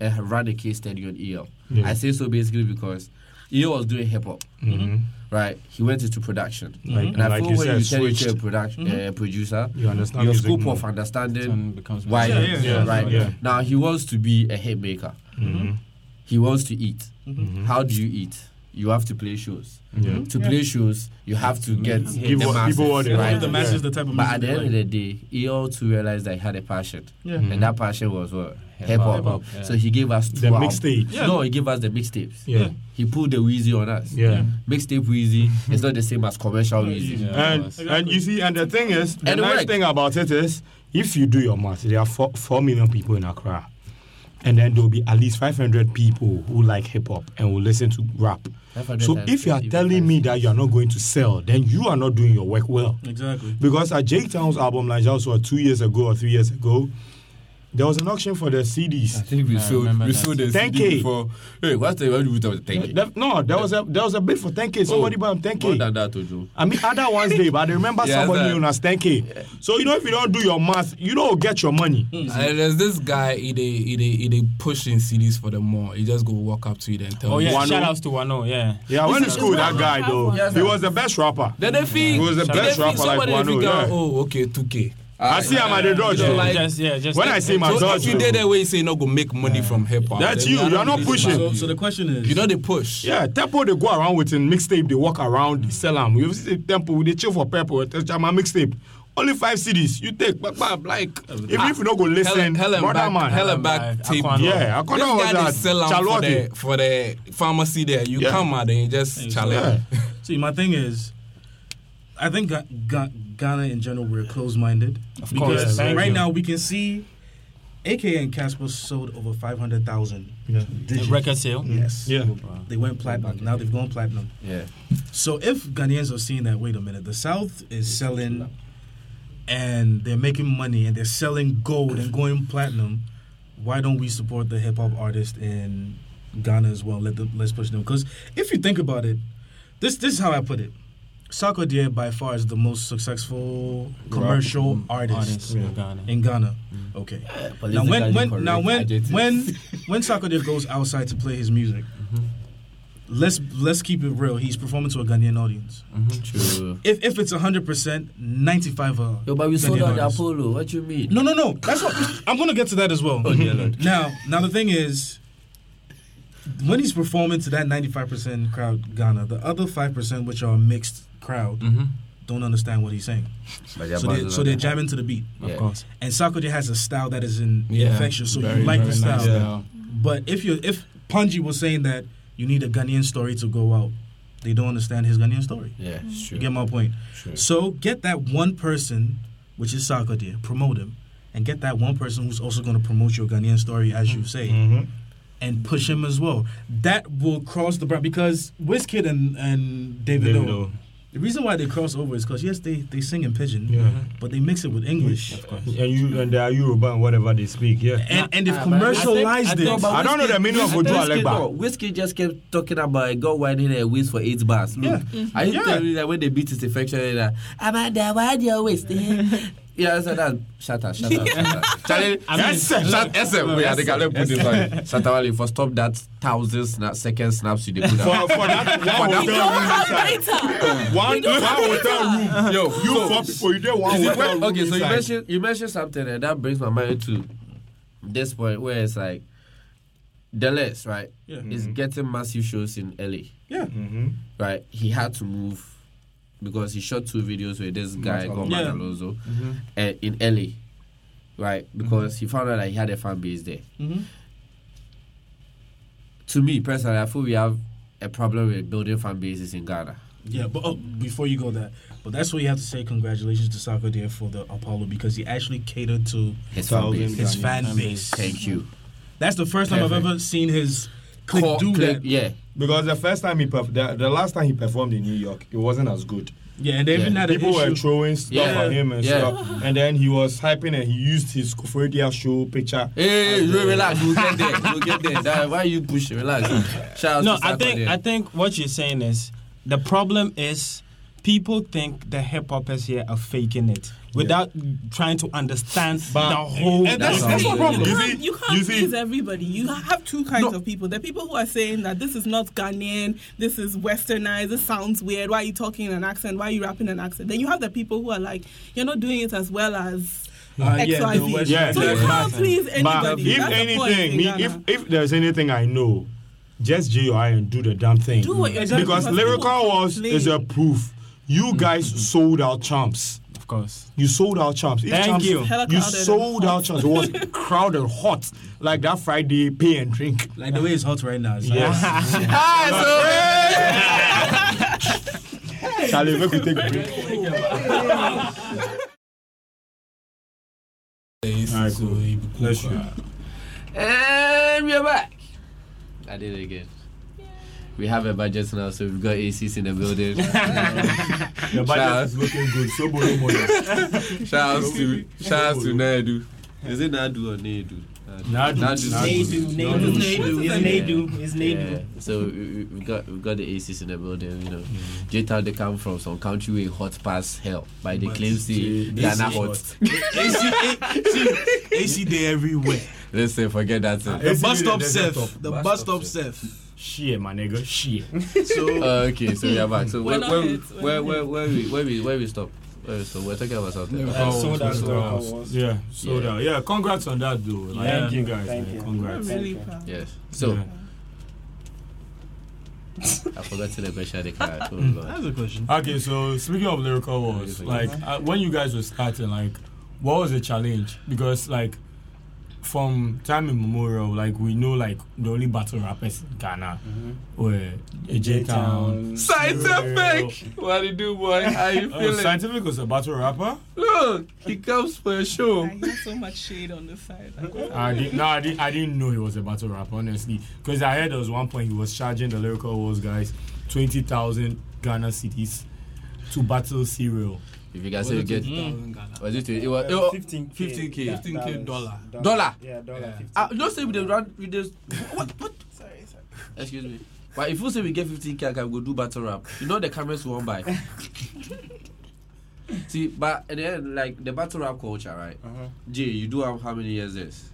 and run a case study on EL. Mm-hmm. Yeah. I say so basically because EL was doing hip hop, Mm-hmm. right? He went into production, Like- and I Mm-hmm. like feel you when said, you turn into a switched. production uh, producer, You understand your music scope more. of Then understanding becomes why Yeah, yeah, yeah. right Yeah. now he wants to be a hit maker Mm-hmm. he wants to eat how do you eat you have to play shows Mm-hmm. Yeah. to play shows you have to get Give the what- masses, people what they right? want. the Yeah. masses the type of but music at the they end like. of the day he also realized that he had a passion Yeah. and that passion was what Hip-hop. hip-hop Hip-hop, so yeah. he gave us two Mm-hmm. The album- mixtape. Yeah. no he gave us the mixtapes Yeah. he pulled the Wheezy on us Yeah. mixtape Wheezy is not the same as commercial Wheezy Yeah, And and you see, and the thing is, the And it nice worked. thing about it is, if you do your math, there are four, four million people in Accra, and then there'll be at least five hundred people who like hip hop and will listen to rap. 500 So times if you are even telling times. me that you are not going to sell, then you are not doing your work well. Exactly. Because at Jake Town's album, like just what two years ago or three years ago, there was an auction for the CDs. I think we sold remember we that. sold the 10K. CD before. Hey, what's the value of the 10k? There- no, there was a there was a bid for 10k. Somebody bought 10k. More than Oh, that, Ojo. I mean, other ones they, but I remember Yeah, somebody sir. known as 10K. So, you know, if you don't do your math, you don't get your money. And there's this guy, he they, he they, he they pushing CDs for the mall. He just go walk up to it and tell oh you. yeah, Wano. shout outs to Wano. Yeah. Yeah, I went to This is- school with that guy, though. Yes, he sir. was the best rapper. Then they He feel, was the then best they feel rapper like somebody they Wano, figure out, yeah. oh, okay, 2K. I see him at the door, Yeah. Joe. Like- just yeah, just When I see my So dog, if you did that way, you say you're not going to make money from hip hop. That's then you. are You are not really pushing. smart. So, so the question is, You know, they push. yeah, Tempo, they go around with a mixtape, they walk around, they sell them. You see Tempo, they chill for purple, it's my mixtape. Only five CDs. You take, but, but like, even if you don't go listen, Helen, Helen brother back, man. Helen Helen back back, tape. Aquano. Yeah, I This couldn't guy they that. sell out for the, Charlotte. for the pharmacy there. You Yeah. come out and you just Yeah. challenge. see, my thing is, I think Ga- Ga- Ghana in general we're closed-minded of course, because thank right you. now we can see, AK and Casper sold over five hundred thousand. Yeah. The record sale. Yes. Yeah. They went platinum. Now they've gone platinum. Yeah. So if Ghanaians are seeing that, wait a minute, the South is selling and they're making money and they're selling gold and going platinum, why don't we support the hip hop artist in Ghana as well? Let the, let's push them. Because if you think about it, this this is how I put it. Sako Dier by far is the most successful commercial artist, Artists in Ghana. in Ghana. Okay. Now when when now when when when Sakode goes outside to play his music, let's let's keep it real. He's performing to a Ghanaian audience. True. If if it's hundred percent, ninety five are Yo, but we sold Ghanaian out the artists. Apollo. What you mean? No, no, no. That's what I'm gonna get to that as well. Oh, dear Lord. Now now the thing is. When he's performing to that 95% crowd, Ghana, the other 5%, which are a mixed crowd, don't understand what he's saying. so, they, so they're jamming to the beat. Yeah. Of course. And Sakode has a style that is in, Yeah. infectious, so Very, you like the very style. nice style. But if you if Panji was saying that you need a Ghanaian story to go out, they don't understand his Ghanaian story. Yeah, it's true. You get my point. Sure. So get that one person, which is Sakode, promote him, and get that one person who's also going to promote your Ghanaian story, as you say, Mm-hmm. and push him as well. That will cross the brand because Wizkid and and David, David O. O. The reason why they cross over is because yes, they they sing in pidgin, but they mix it with English. And you and they are Yoruba and whatever they speak, yeah. And, and they've Ah, but I think- commercialized think it. about I don't know Whiskey- the meaning of I think Ojo Whiskey- Alegba. no, Whiskey just kept talking about a girl whining her waist for eight bars. Look, I used to Yeah. tell you that when the beat is effectuated, that Amanda, why do your waist? Yeah, so that shut up, shut up, shut up. Charlie, I mean, SM, shut SM. Wait, I think I let put this on. Shut up, Ali, for stop that thousand sna- second snaps you did put For, out. for that one that hotel one. room inside. One, one hotel room. Yo, You so- four people, you did one Is it hotel when- room okay, so you inside. mentioned you mentioned something, and that brings my mind to this point where it's like the less right Yeah. Mm-hmm. is getting massive shows in LA. Yeah. Right, he had to move because he shot two videos with this guy Alonso. called Yeah. Matt Alonso uh, in LA, right? Because he found out that he had a fan base there. Mhm. To me personally, I feel we have a problem with building fan bases in Ghana. Yeah, but oh, before you go there, but that's where you have to say congratulations to Sako there for the Apollo because he actually catered to His fan base. his Ghanaian fan fan base. Thank you. That's the first time I've Perfect. ever seen his click Call- do click- that. Yeah. Because the first time he perf- the, the last time he performed in New York, it wasn't as good. Yeah, and they even Yeah. had an People were issue. throwing stuff Yeah. at him and Yeah. stuff. And then he was hyping and he used his Kofodia show picture. Hey, re- relax. We'll get there. We'll get there. That- why you pushing? Relax. Shout out no, to I Sako think there. I think what you're saying is the problem is people think the hip hoppers here are faking it without trying to understand the whole. and that's- that's the problem. You You can't, see- you can't you see- please everybody. You have two kinds of people. The people who are saying that this is not Ghanaian, this is westernized, this sounds weird, why are you talking in an accent, why are you rapping in an accent? Then you have the people who are like, you're not doing it as well as Uh, yeah, XYZ. the West- Yeah. So you can't please But anybody. if That's the point anything, in me, Ghana. if if there's anything I know, just J your eye and do the damn thing. Do what you're doing because because lyrical people was is a complain. proof. You guys sold out champs. Of course. You sold out champs. If Thank champs- you. Hella You crowded and sold out hot. champs. It was crowded hot like that Friday pay and drink. Like the way it's hot right now. It's like, Yes. Hi, so. Charlie, make we take a break. Alright, cool. Bless you. And we're back. I did it again. We have a budget now, so we've got ACs in the building. Your budget is looking good. So borrow money. shout out to shout out to Nadu. Is it Nadu or Nadu? Nadu. Nadu. Nadu. Nadu. It's Nadu. It's Nadu. So we- we- we've got we've got the ACs in the building. You know, J Town they come from some country where hot past hell, but they claim say Ghana hot. AC day everywhere. Listen, forget that. thing. The AC bus day, stop the self. desert top. The Bus bus stop stop self. Shit, my nigga. Shit. So Uh, okay, so we are back. So We're where not where, yet, we're where, where, where we where we where we stop? Where we stop? We're talking about something. sold out. Yeah, sold Yeah. out. Yeah, congrats on that, though. Like, Yeah. Thank you guys. Thank man. you. Congrats. really proud. Yes. So Yeah. I forgot to the question. I can't. Oh Lord. that's a question. Okay, so speaking of lyrical wars, like uh, when you guys were starting, like what was the challenge? Because like from time immemorial, like we know, like the only battle rappers in Ghana were Mm-hmm. J Town. Scientific. What do you do, boy? How you Oh, feeling? Scientific was a battle rapper. Look, he comes for a show. I have so much shade on the side. I did, no, I, did, I didn't know he was a battle rapper, honestly. Because I heard there was one point he was charging the Lyrical Wars guys 20,000 Ghana cities to battle cereal. If you guys say you get, Mm-hmm. was it? It was. It was 15k. 15K. Yeah, 15K dollar. Dollar? Yeah, dollar. uh, don't say we dey run. We dey. What? What? Sorry, sorry. Excuse me. But if you say we get 15k, I can go do battle rap. You know the cameras won't buy. See, but at the end, like the battle rap culture, right? Uh-huh. Jay, you do have how many years this?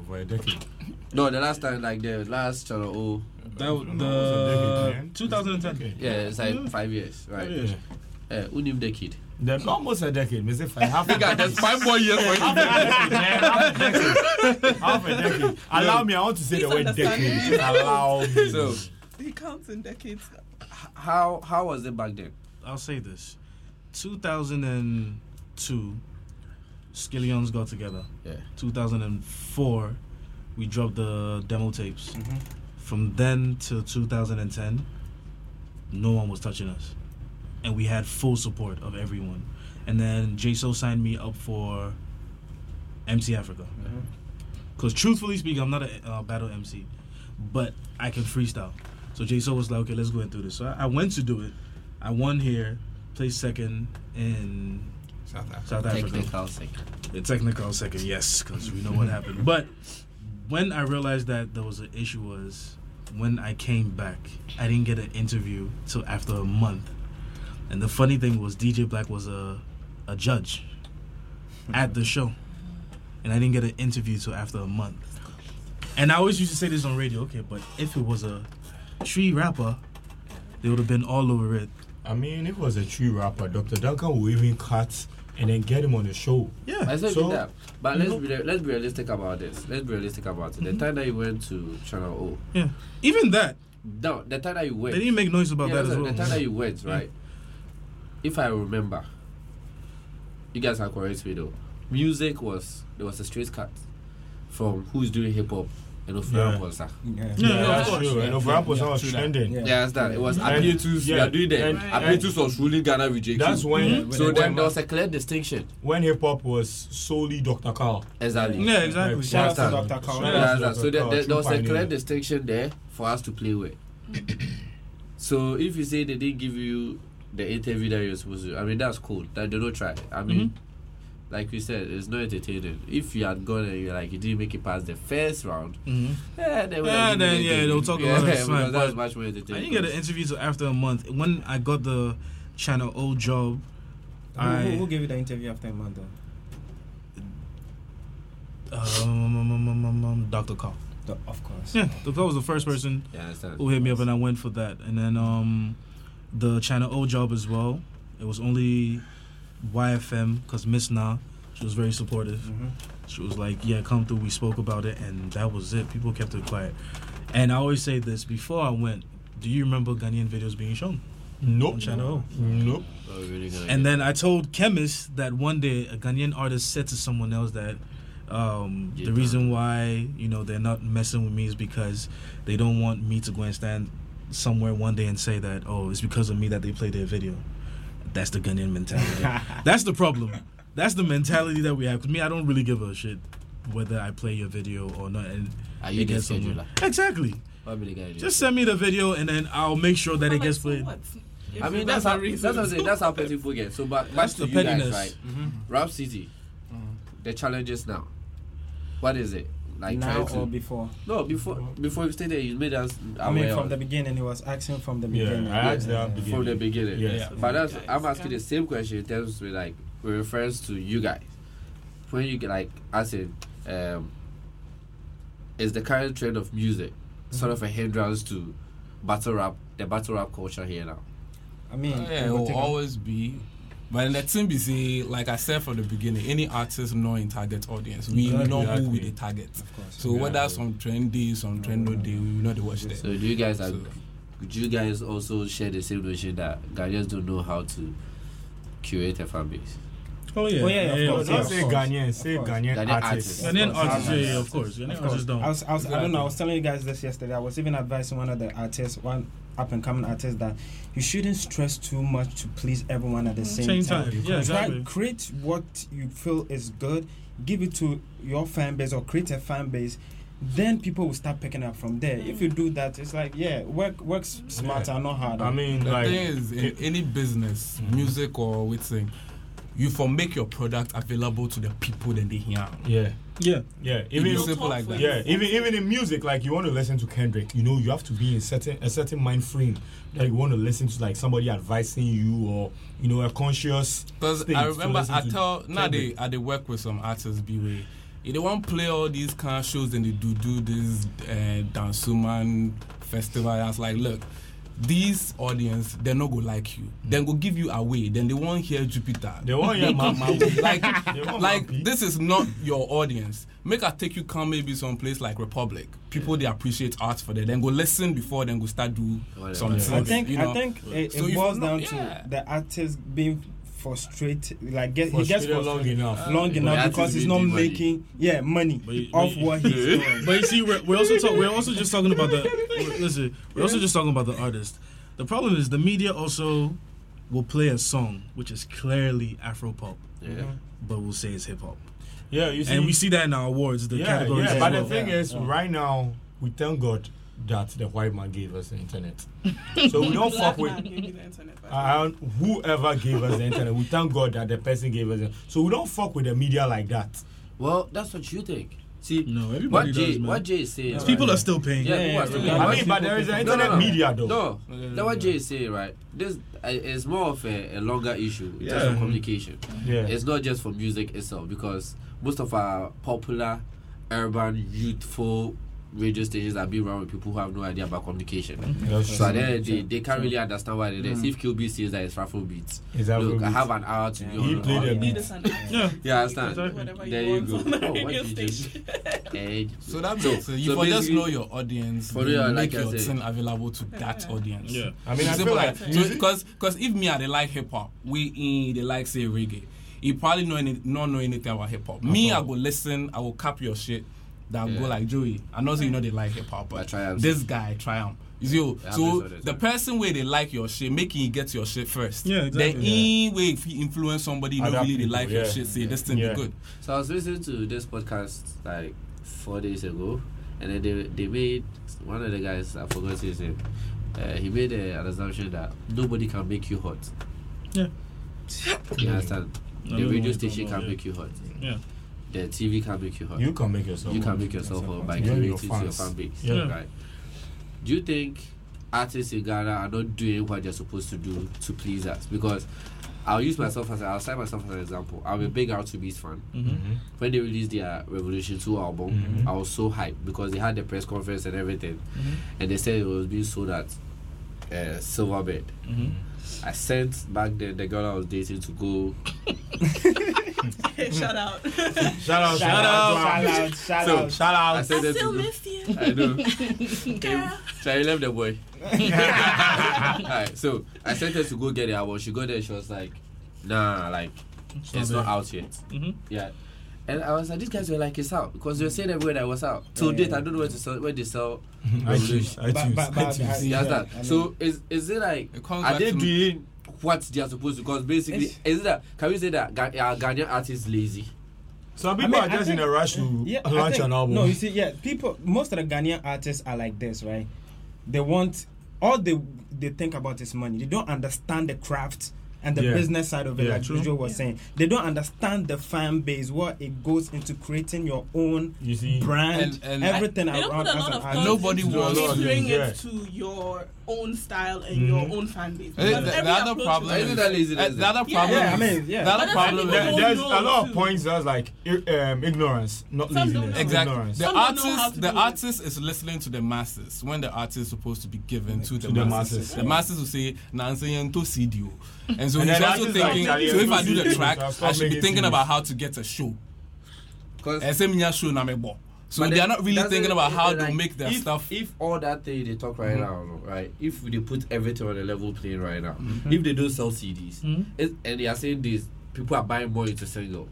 Over a decade. No, the last time, like the last channel, oh, That was was a the decade, man. 2010. yeah, it's like five years, right? Yeah. Eh, who named the kid? Then almost a decade. Me say five, half a Guy, decade. there's five more years for Half you. a decade, man. Half a decade. Half a decade. Allow me. I want to say the Please word understand decade. me. Allow me. So, It counts in decades. how how was it back then? I'll say this. 2002, Skillions got together. Yeah. 2004, we dropped the demo tapes. Mm-hmm. From then till 2010, no one was touching us. And we had full support of everyone. And then JSO signed me up for MC Africa. Mm-hmm. Because truthfully speaking, I'm not a uh, battle MC, but I can freestyle. So JSO was like, okay, let's go and do this. So I, I went to do it. I won here, placed second in South Africa. South Africa. Technical second. The technical second, yes, because we know what happened. But when I realized that there was an issue was when I came back, I didn't get an interview till after a month. And the funny thing was DJ Black was a a judge at the show. And I didn't get an interview till after a month. And I always used to say this on radio, okay, but if it was a tree rapper, they would have been all over it. I mean, it was a true rapper. Dr. Duncan will even cut and then get him on the show. Yeah. I said So- that, but let's be let's be realistic about this. Let's be realistic about it. The time that you went to Channel O, Yeah. Even that, no, the time that you went, they didn't make noise about yeah, that as that's right, well. the time that you went, right? if I remember, you guys are correct me though. Music was there was a straight cut from who's doing hip hop and Ofura Yeah. Bonsa. Yeah, no, that's of course. true. And Yeah, Overamp was yeah, always true that. trending. Yeah. Yeah, that's that. It was And- Apetus. Yeah, yeah. are doing that. And- Apetus was ruling Ghana with JQ. That's when Mm-hmm. so then when, there was a clear distinction. when hip hop was solely Dr. Carl. Exactly. Yeah, exactly. Like, Shout out to Dr. Carl. Shout out Yeah, to that- so Dr. there, Carl, there, there was true a clear pioneer. distinction there for us to play with. so if you say they didn't give you the interview that you're supposed to, I mean that's cool. That they don't try. I mean, Mm-hmm. like we said, it's not entertaining. If you had gone and you like you didn't make it past the first round, Mm-hmm. eh, yeah, then, Yeah, then, yeah, they'll talk about it, it's fine, because that's but much more I entertaining. didn't get an interview till after a month. When I got the channel old job, I who, who, who gave you the interview after a month? though? um, um, um, um, um, um, Dr. Carl. The- of course. Yeah, Dr. Carl was the first person yeah, I understand. who hit me up, and I went for that. And then um, the channel old job as well. It was only YFM because Miss Na, she was very supportive. Mhm. She was like, "Yeah, come through." We spoke about it, and that was it. People kept it quiet. And I always say this before I went. Do you remember Ghanaian videos being shown? Nope. Channel. Nope. Oh, really gonna And get- then I told Chemist that one day a Ghanaian artist said to someone else that um, Yeah. the reason why you know they're not messing with me is because they don't want me to go and stand somewhere one day and say that oh it's because of me that they play their video. That's the Ghanaian mentality. That's the problem. That's the mentality that we have. 'Cause me, I don't really give a shit whether I play your video or not. And Are Ah, you it the gets somewhere. scheduler? Exactly. What be the guy doing? Just send me the video and then I'll make sure that it gets so played. what? If I mean, that's that's the how reason. that's what I'm saying. That's how petty people get. So back, back That's to the you guys, pettiness. right? Rap City, the challenges now. What is it like? now trying to, or before? no, before before you stayed there, you made us. I mean, aware from of- the beginning, he was asking from the Yeah, beginning. I asked that from the beginning. Yes. But that's Yeah, I'm it's asking the same question in terms with like with reference to you guys. When you get like as in um is the current trend of music sort of a hindrance to battle rap the battle rap culture here now. I mean, Yeah, it it will will Hmm. take a- always be. But let's be say, like I said from the beginning, any artist knowing target audience, we know who Exactly. we the target. of course. So whether some trend day, some trend no day, we will not watch that. So do you guys are, So- do you guys also share the same notion that Ghanaians don't know how to curate a fan base? Oh yeah. Oh, yeah, yeah, of course, yeah. Don't say Ghanaian, say course. Ghanaian Ghanaian artists. artists. Ghanaian Of course. artists, yeah, yeah, of course. Of Ghanaian course. artists don't. I was, I, was, I don't Exactly. know. I was telling you guys this yesterday. I was even advising one of the artists, one up and coming artist, that you shouldn't stress too much to please everyone at the same, Mm-hmm. Same time, yeah, Try, exactly. create what you feel is good. Give it to your fan base or create a fan base. Then people will start picking up from there. If you do that, it's like yeah, work works smarter, not harder. I mean, The like, thing is, in it- any business, music or with thing, you for make your product available to the people that they hear. yeah, Yeah. yeah. Even Even simple like that. yeah, even even in music, like you want to listen to Kendrick, you know, you have to be in certain a certain mind frame that you want to listen to, like somebody advising you or you know a conscious. Because state I to remember listen I to tell now they Kendrick. I they work with some artists B way. If they want play all these kind of shows and they do do this uh, Dansuman festival, I was like, look, these audience they're not gonna like you. Hmm. Then go give you away. Then they won't hear Jupiter. They want your mama. like They want like Mampi. this is not your audience. Make I take you come maybe someplace like Republic. People they appreciate art for that. Then go listen before then go start do Whatever. something. I think you know? I think it, So it if boils you know- down yeah. to the artist being frustrated. Like get, he gets Frustrated frustrated long enough. long Yeah. enough But because he he's not has to be money. making yeah money But he- off but he- what he's doing. But you see, we're, we're also talk, we're also just talking about the we're- listen. We're also just talking about the artist. The problem is the media also will play a song which is clearly Afro pop, Yeah. but will say it's hip hop, Yeah, you see, and we see that in our awards, the yeah, categories. yeah. as But the well. thing is, right now, we thank God that the white man gave us the internet, so we don't fuck Black man with. gave you the internet, by the way. and whoever gave us the internet, we thank God that the person gave us. The, so we don't fuck with the media like that. Well, that's what you think. See, No, what everybody Jay, does, man. what Jay is saying, people right? are still paying. yeah, people are still I paying. mean, but there is an No, internet no, no. media though. No, Yeah, that's what yeah. Jay is saying, right? This uh, is more of a, a longer issue in terms of Yeah. communication. Yeah. It's not just for music itself because most of our popular, urban, youthful radio stations are being run with people who have no idea about communication. That's So at the end true. of the day, they can't really understand what it is. If QB says that it's raffle beats, It's Afrobeat. look, I have an hour to be He on. played on- a Be beat. this and that. Yeah. Yeah, I understand. Whatever There you you want go. on the Oh, what radio did you do? station. Edge. So that means So- so you so for just basically- know your audience, For then real, make like I your said. thing available to that audience. Yeah. I mean, I Simple feel like like music- because because if me I they like hip hop, we in they like say reggae. You probably know any, not know anything about hip hop. Me, I go listen. I will cap your shit. That Uh-huh. Yeah. go like Joey. I know say you know they like hip hop, But but Triumph. this guy Triumph. Is you Triumph so is what it is. the person where they like your shit, making you get your shit first. Yeah, Then exactly. in way if you influence somebody, you know Other really they people, like your yeah. shit, say this thing Yeah. be good. So I was listening to this podcast like four days ago, and then they they made one of the guys I forgot his name. Uh, he made uh, an assumption that nobody can make you hot. Yeah. You understand? No, the no, radio no, station no, can yeah. make you hot. Yeah. The TV can make you hot. You can make yourself. You can make yourself hot by Yeah, your creating to your fans. fan base. Yeah. Right. Do you think artists in Ghana are not doing what they're supposed to do to please us? Because I'll use myself as a, I'll cite myself as an example. I'm a big out to beats fan Mm-hmm. when they released their Revolution 2 album, I was so hyped because they had the press conference and everything. Mm-hmm. And they said it was being sold at uh, Silverbed. Mm-hmm. I sent back then the girl I was dating to go. Shout out. Shout out, shout out, shout out, shout out. Shout I out. sent I her to still go. miss you. I know. so I left the boy. Alright, so I sent her to go get the album. She got there, she was like, nah, like, it's, not, out yet. Mm-hmm. Mhm. Yeah. And I was like, these guys were like, it's out. Because they were saying everywhere that it was out. Till date, I don't know where to sell, where they sell. Revolution. See, that's that. so is is it like It comes are back they to- doing what they are supposed to? Because basically, is it that can we say that Ga- are Ghanaian artists lazy? Some I people mean, are I just think- in a rush to yeah, I launch think- an album. No, you see, yeah, people. Most of the Ghanaian artists are like this, right? They want all they they think about is money. They don't understand the craft and the Yeah. business side of it, Yeah, like true. Jojo was saying. They don't understand the fan base, what it goes into creating your own You see, brand, And- and- everything They don't around put a as lot an of artist. thought Nobody into wants- catering Yeah. it to your own style and your own fan base. Eh, Because the- the every other approach problem is- Is it that lazy? Uh, the other Yeah. problem, Yeah, I is- mean, yeah. the But other that's problem the is thing. there, there's a lot Too. of points that's like i- um, ignorance, not Some don't laziness. know. Exactly. Ignorance. The Some don't know how artist, to the do it. artist is listening to the masses when the artist is supposed to be given to, the, the masses. masses. The masses will say, "Nancy to CDO," and so And he's then also artists thinking. like that, so if yeah, I do the CDO, track, so I I'll should be make it thinking serious. about how to get a show. 'Cause- And same year show na me bo. So but they are then not really doesn't- thinking about how to like, make their if, stuff. If all that thing they talk right now, right? If they put everything on a level playing right now, if they don't sell CDs, it's- and they are saying this, people are buying more into singles.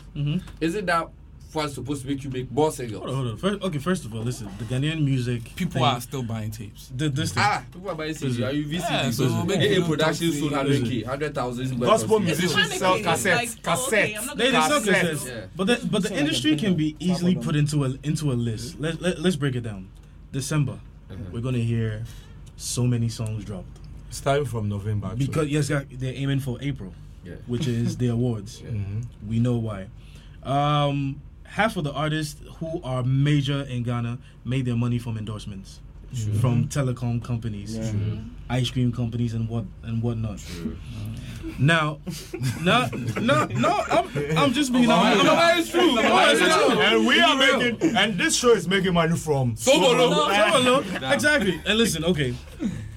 Isn't that what's supposed to make you make more Hold on, singles? hold on. First, okay, first of all, listen. The Ghanaian music. People thing- are still buying tapes. The, this thing. Ah, people are buying CDs. Are you VCDs? Yeah, so make Hey, you don't production talk sold to- 100k, 100,000. Gospel Yeah. It's musicians panicking. sell It's cassettes. like, oh, okay, I'm Cassettes. not They gonna sell buy this. cassettes. Yeah. But the, but the Sound like industry a can be bingo. easily Sabadon. put into a into a list. Let, let, let's break it down. December, we're gonna hear so many songs dropped Starting from November. actually. because yes, guy- they're aiming for April, Yeah. which is the awards. Mhm. We know why. Um, half of the artists who are major in Ghana made their money from endorsements from telecom companies, Yeah. ice cream companies, and what and whatnot. Now, no, no, no. I'm, I'm just being honest. no, it's true. it's true. And we are making, and this show is making money from Sobolo. Sobolo. Exactly. And listen, okay.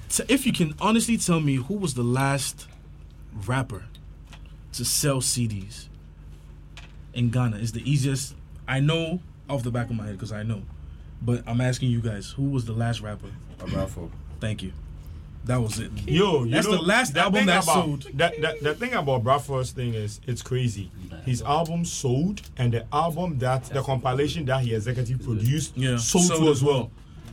So if you can honestly tell me who was the last rapper to sell CDs in Ghana, is the easiest. I know off the back of my head because I know, but I'm asking you guys, who was the last rapper? Abrafo. Thank you. That was it. Yo, you That's know, the last album thing that about, sold. The, the, the thing about Bradford's thing is, it's crazy. His album sold, and the album that the compilation that he executive produced Yeah. sold, Sold too as as well.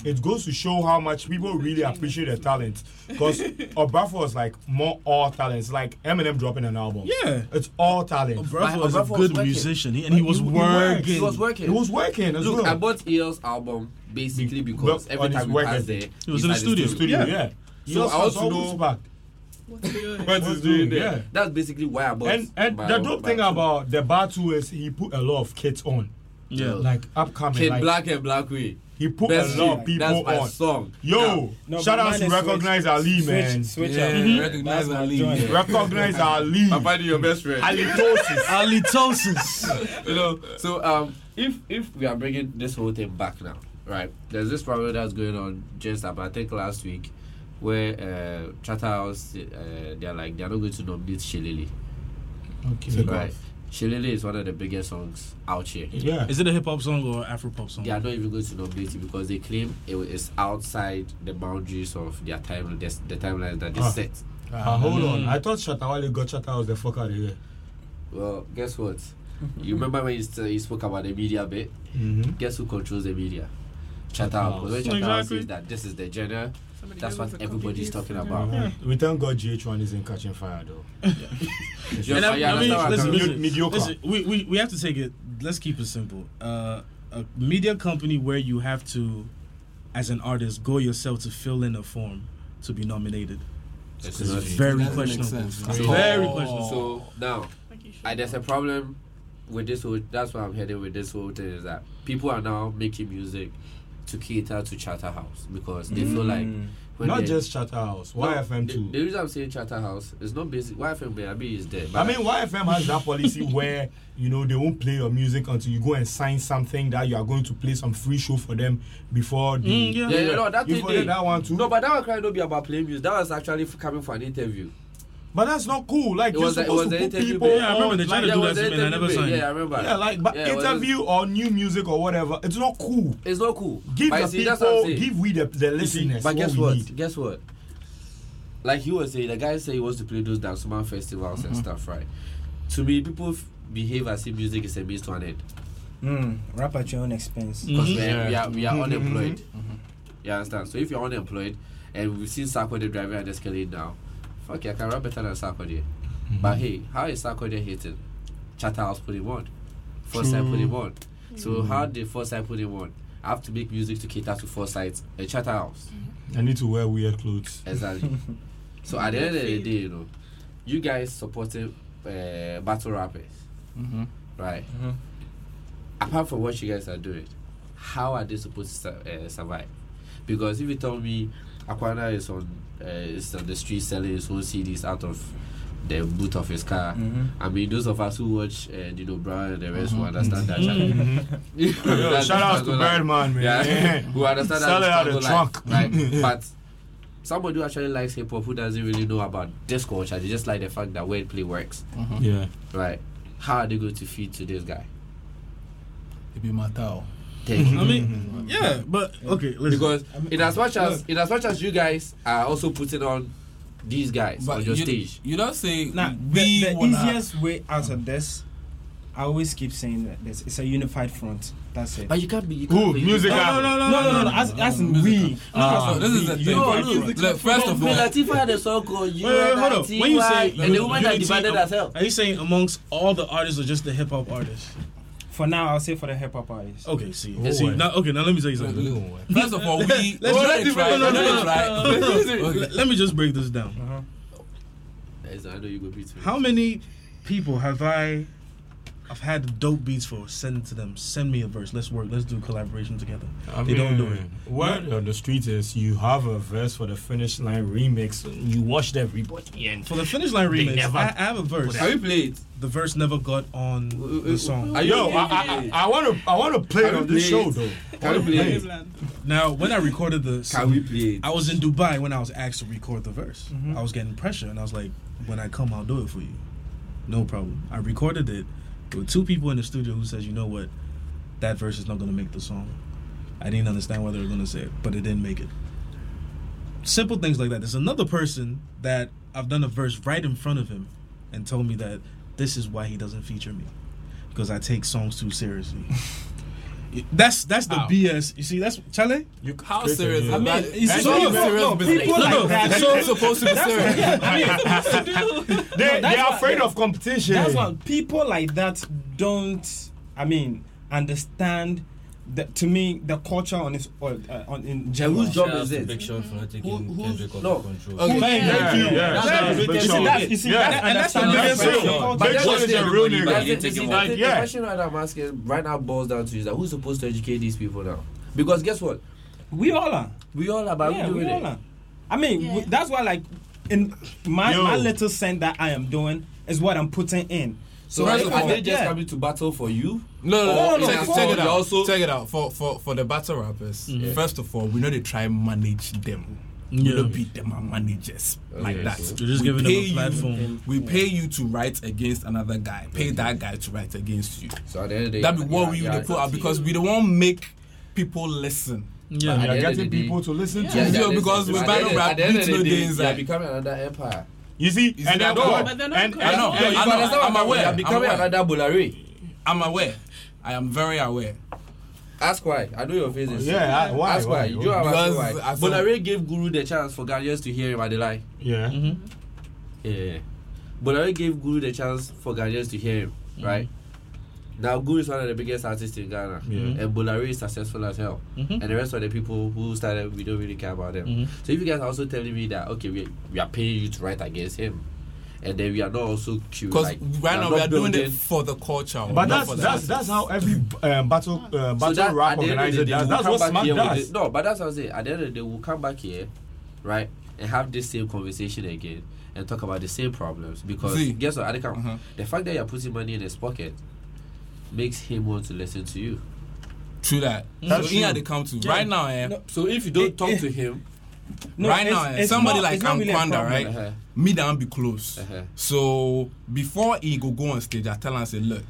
Mm. It goes to show how much people really appreciate the talent. Because Obafo was like more all talents, like Eminem dropping an album. Yeah. It's all Oh, talent. Bravo was a Abrafo was good working. musician, he, and he was He- he working. worked. He was working. It was working as Look, well. I bought EL's album basically Be- because but every on time his we work passed ethic. there, He was it's in the at studio. Studio, Yeah. yeah. So I want to always know- back. What's good? What he's doing there. Yeah. That's basically why I bought. And and my the own dope bike. thing about the bar too is he put a lot of kids on, Yeah. like upcoming. Kid like, Black and Black Way. He put Best a lot of shit. That's people my on. song. Yo, No, shout but out mine to is recognize switch- Ali, switch- man. Switch Yeah, up. recognize That's my Ali. joint. Yeah. Recognize Ali. I'm finding your best friend. Alitosis. Alitosis. you know, so um, if if we are bringing this whole thing back now, right? There's this problem that's going on just about I think last week, where uh, Charterhouse uh, they're like they're not going to nominate Shillelagh, Okay. right? Shillelagh is one of the biggest songs out here. Yeah. Is it a hip hop song or Afro pop song? They are not even going to nominate it because they claim it is outside the boundaries of their time, the, the timeline that they Ah. set. uh, Ah, hold mm-hmm. on. I thought Shatawale got shut out the fuck out of here. Well, guess what? you remember when you, st- you spoke about the media bit? Mm-hmm. Guess who controls the media? Chatham. Because when Chatham Exactly. says that this is the genre, Somebody that's gave us what a copy everybody's of talking this. about. Uh-huh. We thank God GH1 isn't catching fire though. It's And just- I, you I mean, understand what I'm listen, coming Medi- listen, mediocre. listen, we, we, we have to take it. Let's keep it simple. Uh, a media company where you have to, as an artist, go yourself to fill in a form to be nominated. to? It's It's not- very Doesn't make questionable. sense. It's So- very questionable. So now, Like you should. I, there's a problem with this whole. That's why I'm heading with this whole thing is that people are now making music to cater to Chatterhouse because they feel like Mm. when Not they- just Chatterhouse. YFM the, too. The reason I'm saying Chatterhouse is not basic. YFM maybe is there. I mean, YFM has that policy where you know they won't play your music until you go and sign something that you are going to play some free show for them before the. Mm, yeah. yeah, yeah, no, that You thing follow they- that one too? No, but that one can not be about playing music. That was actually f- coming for an interview. But that's not cool. Like It you're was a- it supposed was to an put interview people. bit. Yeah, I remember on, they tried like- to There do was that an to me and I never interview signed bit. it. Yeah, I remember. Yeah, like but Yeah, it was- interview or new music or whatever, it's not cool. It's not cool. Give but you the see, that's what I'm people, saying. give we the, the listeners But what guess we what? need. Guess what? Like he was saying, the guy said he wants to play those Dansuman festivals Mm-hmm. and stuff, right? To me, people f- behave as if music is a means to an end. Mm, rap at your own expense. Because Mhm. we are, we are, we are unemployed. You understand? So if you're unemployed, and we've seen Sarkodie driving an Escalade now, fuck yeah, I can rap better than Sarkodie. Mm-hmm. But hey, how is Sarkodie hitting? Chatterhouse put him on. Foresight put him on. So Mm-hmm. how did Foresight put him on? I have to make music to cater to Foresight and Chatterhouse. I need to wear weird clothes. Exactly. so at the end of the day, you know, you guys supported uh, battle rappers, right? Apart from what you guys are doing, how are they supposed to su- uh, survive? Because if you tell me Aquana is on uh, is on the street selling his own CDs out of the boot of his car, I mean those of us who watch uh, Dino Brown and the rest will understand that. Yo, challenge. shout out to Birdman, man. Yeah, Yeah. who understand Sell that it out struggle of life, trunk. right? But somebody who actually likes hip hop who doesn't really know about this culture, they just like the fact that wordplay works, Yeah. right? How are they going to feed to this guy? It be matter. oh. Thank you. I mean, yeah, but okay, listen. Because in as much as in as much as you guys are also putting on these guys on But your you, stage, you don't say Now, we the, the wanna- easiest way out of this, I always keep saying that this, it's a unified front. That's it. but you can't be. You can't Who? be- Music no, no, album. no, no, No, no, no. As, as in we. Ah, so this is the We- thing. you- right? Look, first of Queen all, Latifah had a song called "You Wait, wait, Are hold That on. When you say T.Y., and the woman that unity divided am- herself. are you saying amongst all the artists or just the hip hop artists? For now, I'll say for the hip hop artists. Okay, see, Oh, see, wait. now, okay, now let me tell you Look, something. look, First of all, we let's Let's try. just- no, no, no, no, try. no, no. Let- Let me just break this down. Uh-huh. Yes, I know you go beat me. How many people have I? I've had dope beats for. Send it to them. Send me a verse. Let's work. Let's do collaboration together. I They don't do it. Word on the street is you have a verse for the finish line remix. You watched everybody and For the finish line They remix, never I, I have a verse. Have you played? The verse never got on the song. Are you Yo, I- I I want to I want to play it on this show though. I Can wanna we play play it? it. Now, when I recorded the, Can we play it? I was in Dubai when I was asked to record the verse. I was getting pressure, and I was like, "When I come, I'll do it for you, no problem." I recorded it. There were two people in the studio who says, "You know what? That verse is not going to make the song." I didn't understand why they were going to say it, but it didn't make it. Simple things like that. There's another person that I've done a verse right in front of him, and told me that this is why he doesn't feature me because I take songs too seriously. that's that's the Ow. BS. You see, that's Charlie. You- How Straight serious? to I you. mean, it's And so you know- serious no, business. people like that- it's so supposed to be serious. They they that's are why- afraid of competition. That's why people like that don't. I mean, understand. The, to me, the culture on its uh, on in general. Whose job is it? Big Sean for not taking Who- who's- Kendrick off no. control. Okay. Thank you. Yeah, That's that's the big biggest show. thing. That's you see, Yeah. that's And that's the biggest understanding thing. culture. Big Sean is a real But you That's it. nigga. ain't This taking is one. The the Yeah. question that I'm asking right now boils down to is that who's supposed to educate these people now? Because guess what? We all are. We all are, but yeah, we we doing all are. it. I mean, we, that's why like in my Yo. my little scent that I am doing is what I'm putting in. So First are of are all, they just yeah. coming to battle for you? No, no, no, Oh, no, check, no, check it no. out. Also- check it out. For for for the battle rappers, first of all, we know they try manage them. We Yeah. don't pay them our managers like Okay, that. so- You're just We giving them pay a you- platform. we pay you to write against another guy. Pay that guy to write against you. So at the end of the day, That be what Mm-hmm. yeah, we yeah, would put out yeah. because we don't want to make people listen. But Yeah. You're at the end of getting the day- people to listen to Yeah, you. Yeah, yeah, because listen, with at the end battle of- rap, at the end of beats the no day, day inside. You're becoming another empire. You see, Is and it I that don't. But they're And, not and, correct. I know. yeah, I you know. know, I'm aware, You're I'm becoming aware. another Bolare. I'm aware. I am very aware. Ask why. I know your faces. Yeah, I- why? Ask why. You don't have Because asked why. I saw- Bolare gave Guru the chance for Ghanaians to hear him at the line. Yeah. Yeah. Bolare gave Guru the chance for Ghanaians to hear him, right? Now Guru is one of the biggest artists in Ghana, Yeah. and Bolare is successful as hell. And the rest of the people who started, we don't really care about them. So if you guys are also telling me that okay, we, we are paying you to write against him, and then we are not also cute. Because like, right now not we are doing building- it for the culture. But not that's for the that's that's how every um, battle uh, So battle that- rap at the end of the organizer day, does. we'll That's come what back Smack here with does. it. No, but that's what I'm saying. At the end of the day, we'll come back here, right, and have this same conversation again and talk about the same problems. Because See. guess what, Adekam, Uh-huh. the fact that you're putting money in his pocket makes him want to listen to you. True that. That's so he true. had to come to right now. Eh, No, So if you don't It- talk it- to him, right now, eh, somebody like Anquanda, Anquanda, right? uh-huh, Me down be close. Uh-huh. So before he go go on stage, I tell him, I say, look,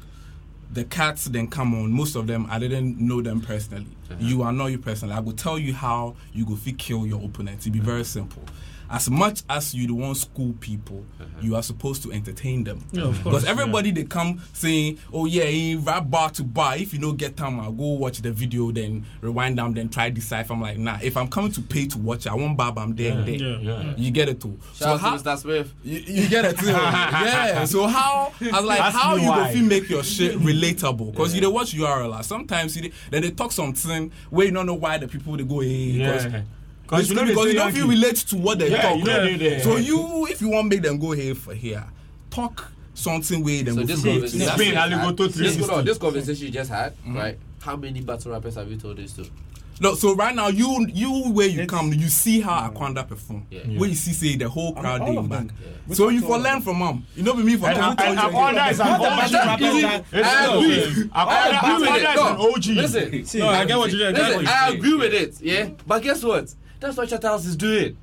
the cats then come on. Most of them, I didn't know them personally. Uh-huh. You are not you personally. I will tell you how you go fit kill your opponent. It be Uh-huh. very simple. As much as you don't want school people, Uh-huh. you are supposed to entertain them. Yeah, of course. Because everybody they come saying, "Oh yeah, he rap bar to bar." If you don't get time, I'll go watch the video, then rewind them, then try decipher. I'm like, nah. If I'm coming to pay to watch, it, I want Bab. I'm there and there. Yeah. Yeah. You get it too. shout how- out to Mr. Smith. you, you get it too. yeah. So how I was like, Ask how me you go why. fit make your shit relatable? Because you they watch URL. Like, sometimes you dey- then they talk something where you don't know why the people they go. Hey, 'cause Yeah. because you, know, they because say you don't feel Yankee. relate to what they Yeah, talk. you know they- they- So you, if you want make them go here for here, talk something way them So go this feel. conversation, It's been you just Ali had- Goto this, hold 360. on, this conversation you just had, right? How many battle rappers have you told this to? No, so right now you you where you come, you see how Aquanda perform. Yeah. Where you see say the whole crowd all they of back. them. So We you talk for all learn of from mom. You know be me for And talk. and Akonda is an But that is it. OG. I It's agree. true. Akonda Akonda is an OG. I agree with it. No, Listen, No, I get what you get. Listen, I agree with it, yeah. But guess what? That's what Chattels is doing.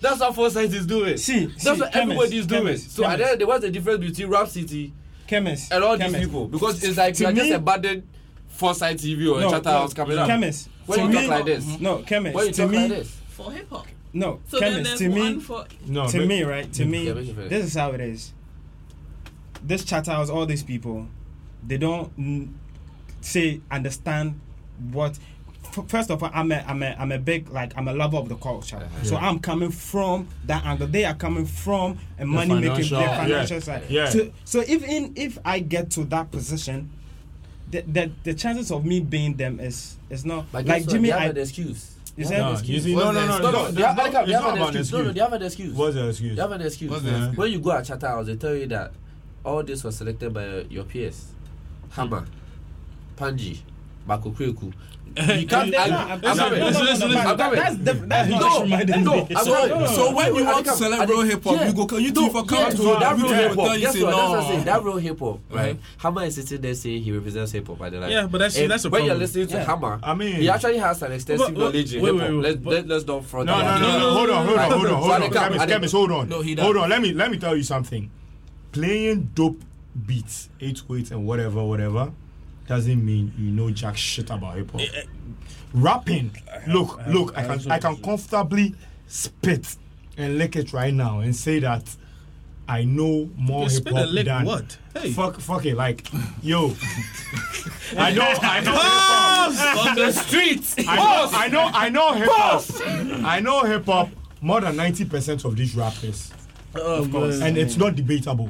That's what Forsyth is doing. See, that's see, what everybody is chemist, doing. chemist, so I chemist. don't. What's the difference between Rap City Chemist. and all chemist. these people? Because it's like To you're just me- abandoned Forsyth TV or No, Chattels no, coming up. Chemist. When To you talk me- like this. No, chemist. When you to talk me, like this. for hip hop. no, So then chemist. there's To me, one for No, to but- me, right? To me, Oh, Yeah, make it fair. this is how it is. This chat house, all these people, they don't mm, say understand what. f- First of all, I'm a, I'm a, I'm a big like I'm a lover of the culture, Uh-huh. so I'm coming from that angle. They are coming from a money making, financial- their yeah, financial side. yeah. So, so even if I get to that position, the, the the chances of me being them is is not But guess like what? Jimmy. They have I, an excuse. They Is have that- an No, you excuse. see, no, no, no, No, no, it's they have, not- Alika, it's they have not an about an excuse. No, no, excuse. they have an excuse. What's the excuse? You have an excuse. What's the excuse? When you go at Chatter House, they tell you that all this was selected by your peers. Hammer, Panji, Bakokweku. You can't They're argue. not- I'm no, sorry. no, no, no, Listen, no, listen, but that- listen. that's diff- that's No, what just reminded no, me. I'm sorry. So- So when you I want to think- I celebrate think- real hip hop, yeah. you go. Can you two for come yeah, to so that you real go hip tell hop. you Guess say, what? That's what I'm no. saying. That real hip hop, right? Mhm. Hammer is sitting there saying he represents hip hop. by the line. Yeah, but that's- And that's a when you're problem. listening to Yeah. Hammer. I mean- he actually has an extensive But- but- knowledge in wait, hip hop. wait, wait, Let's but- let- let's not front. No, no, about no, it. no, hold on, hold on, hold on, hold on. Adekam, Adekam. Chemist, chemist, hold on. No, he does. Hold on, let me let me tell you something. Playing dope beats, eight weights and whatever, whatever, doesn't mean you know jack shit about hip hop. Rapping, look, look, I can I can comfortably spit and lick it right now and say that I know more You hip spit hop and lick than what? Hey. fuck fuck it like yo. I know I know hip hop. On the streets. I know, I know, I know hip hop. I know hip hop more than ninety percent of these rappers, Oh, Of course. and it's not debatable.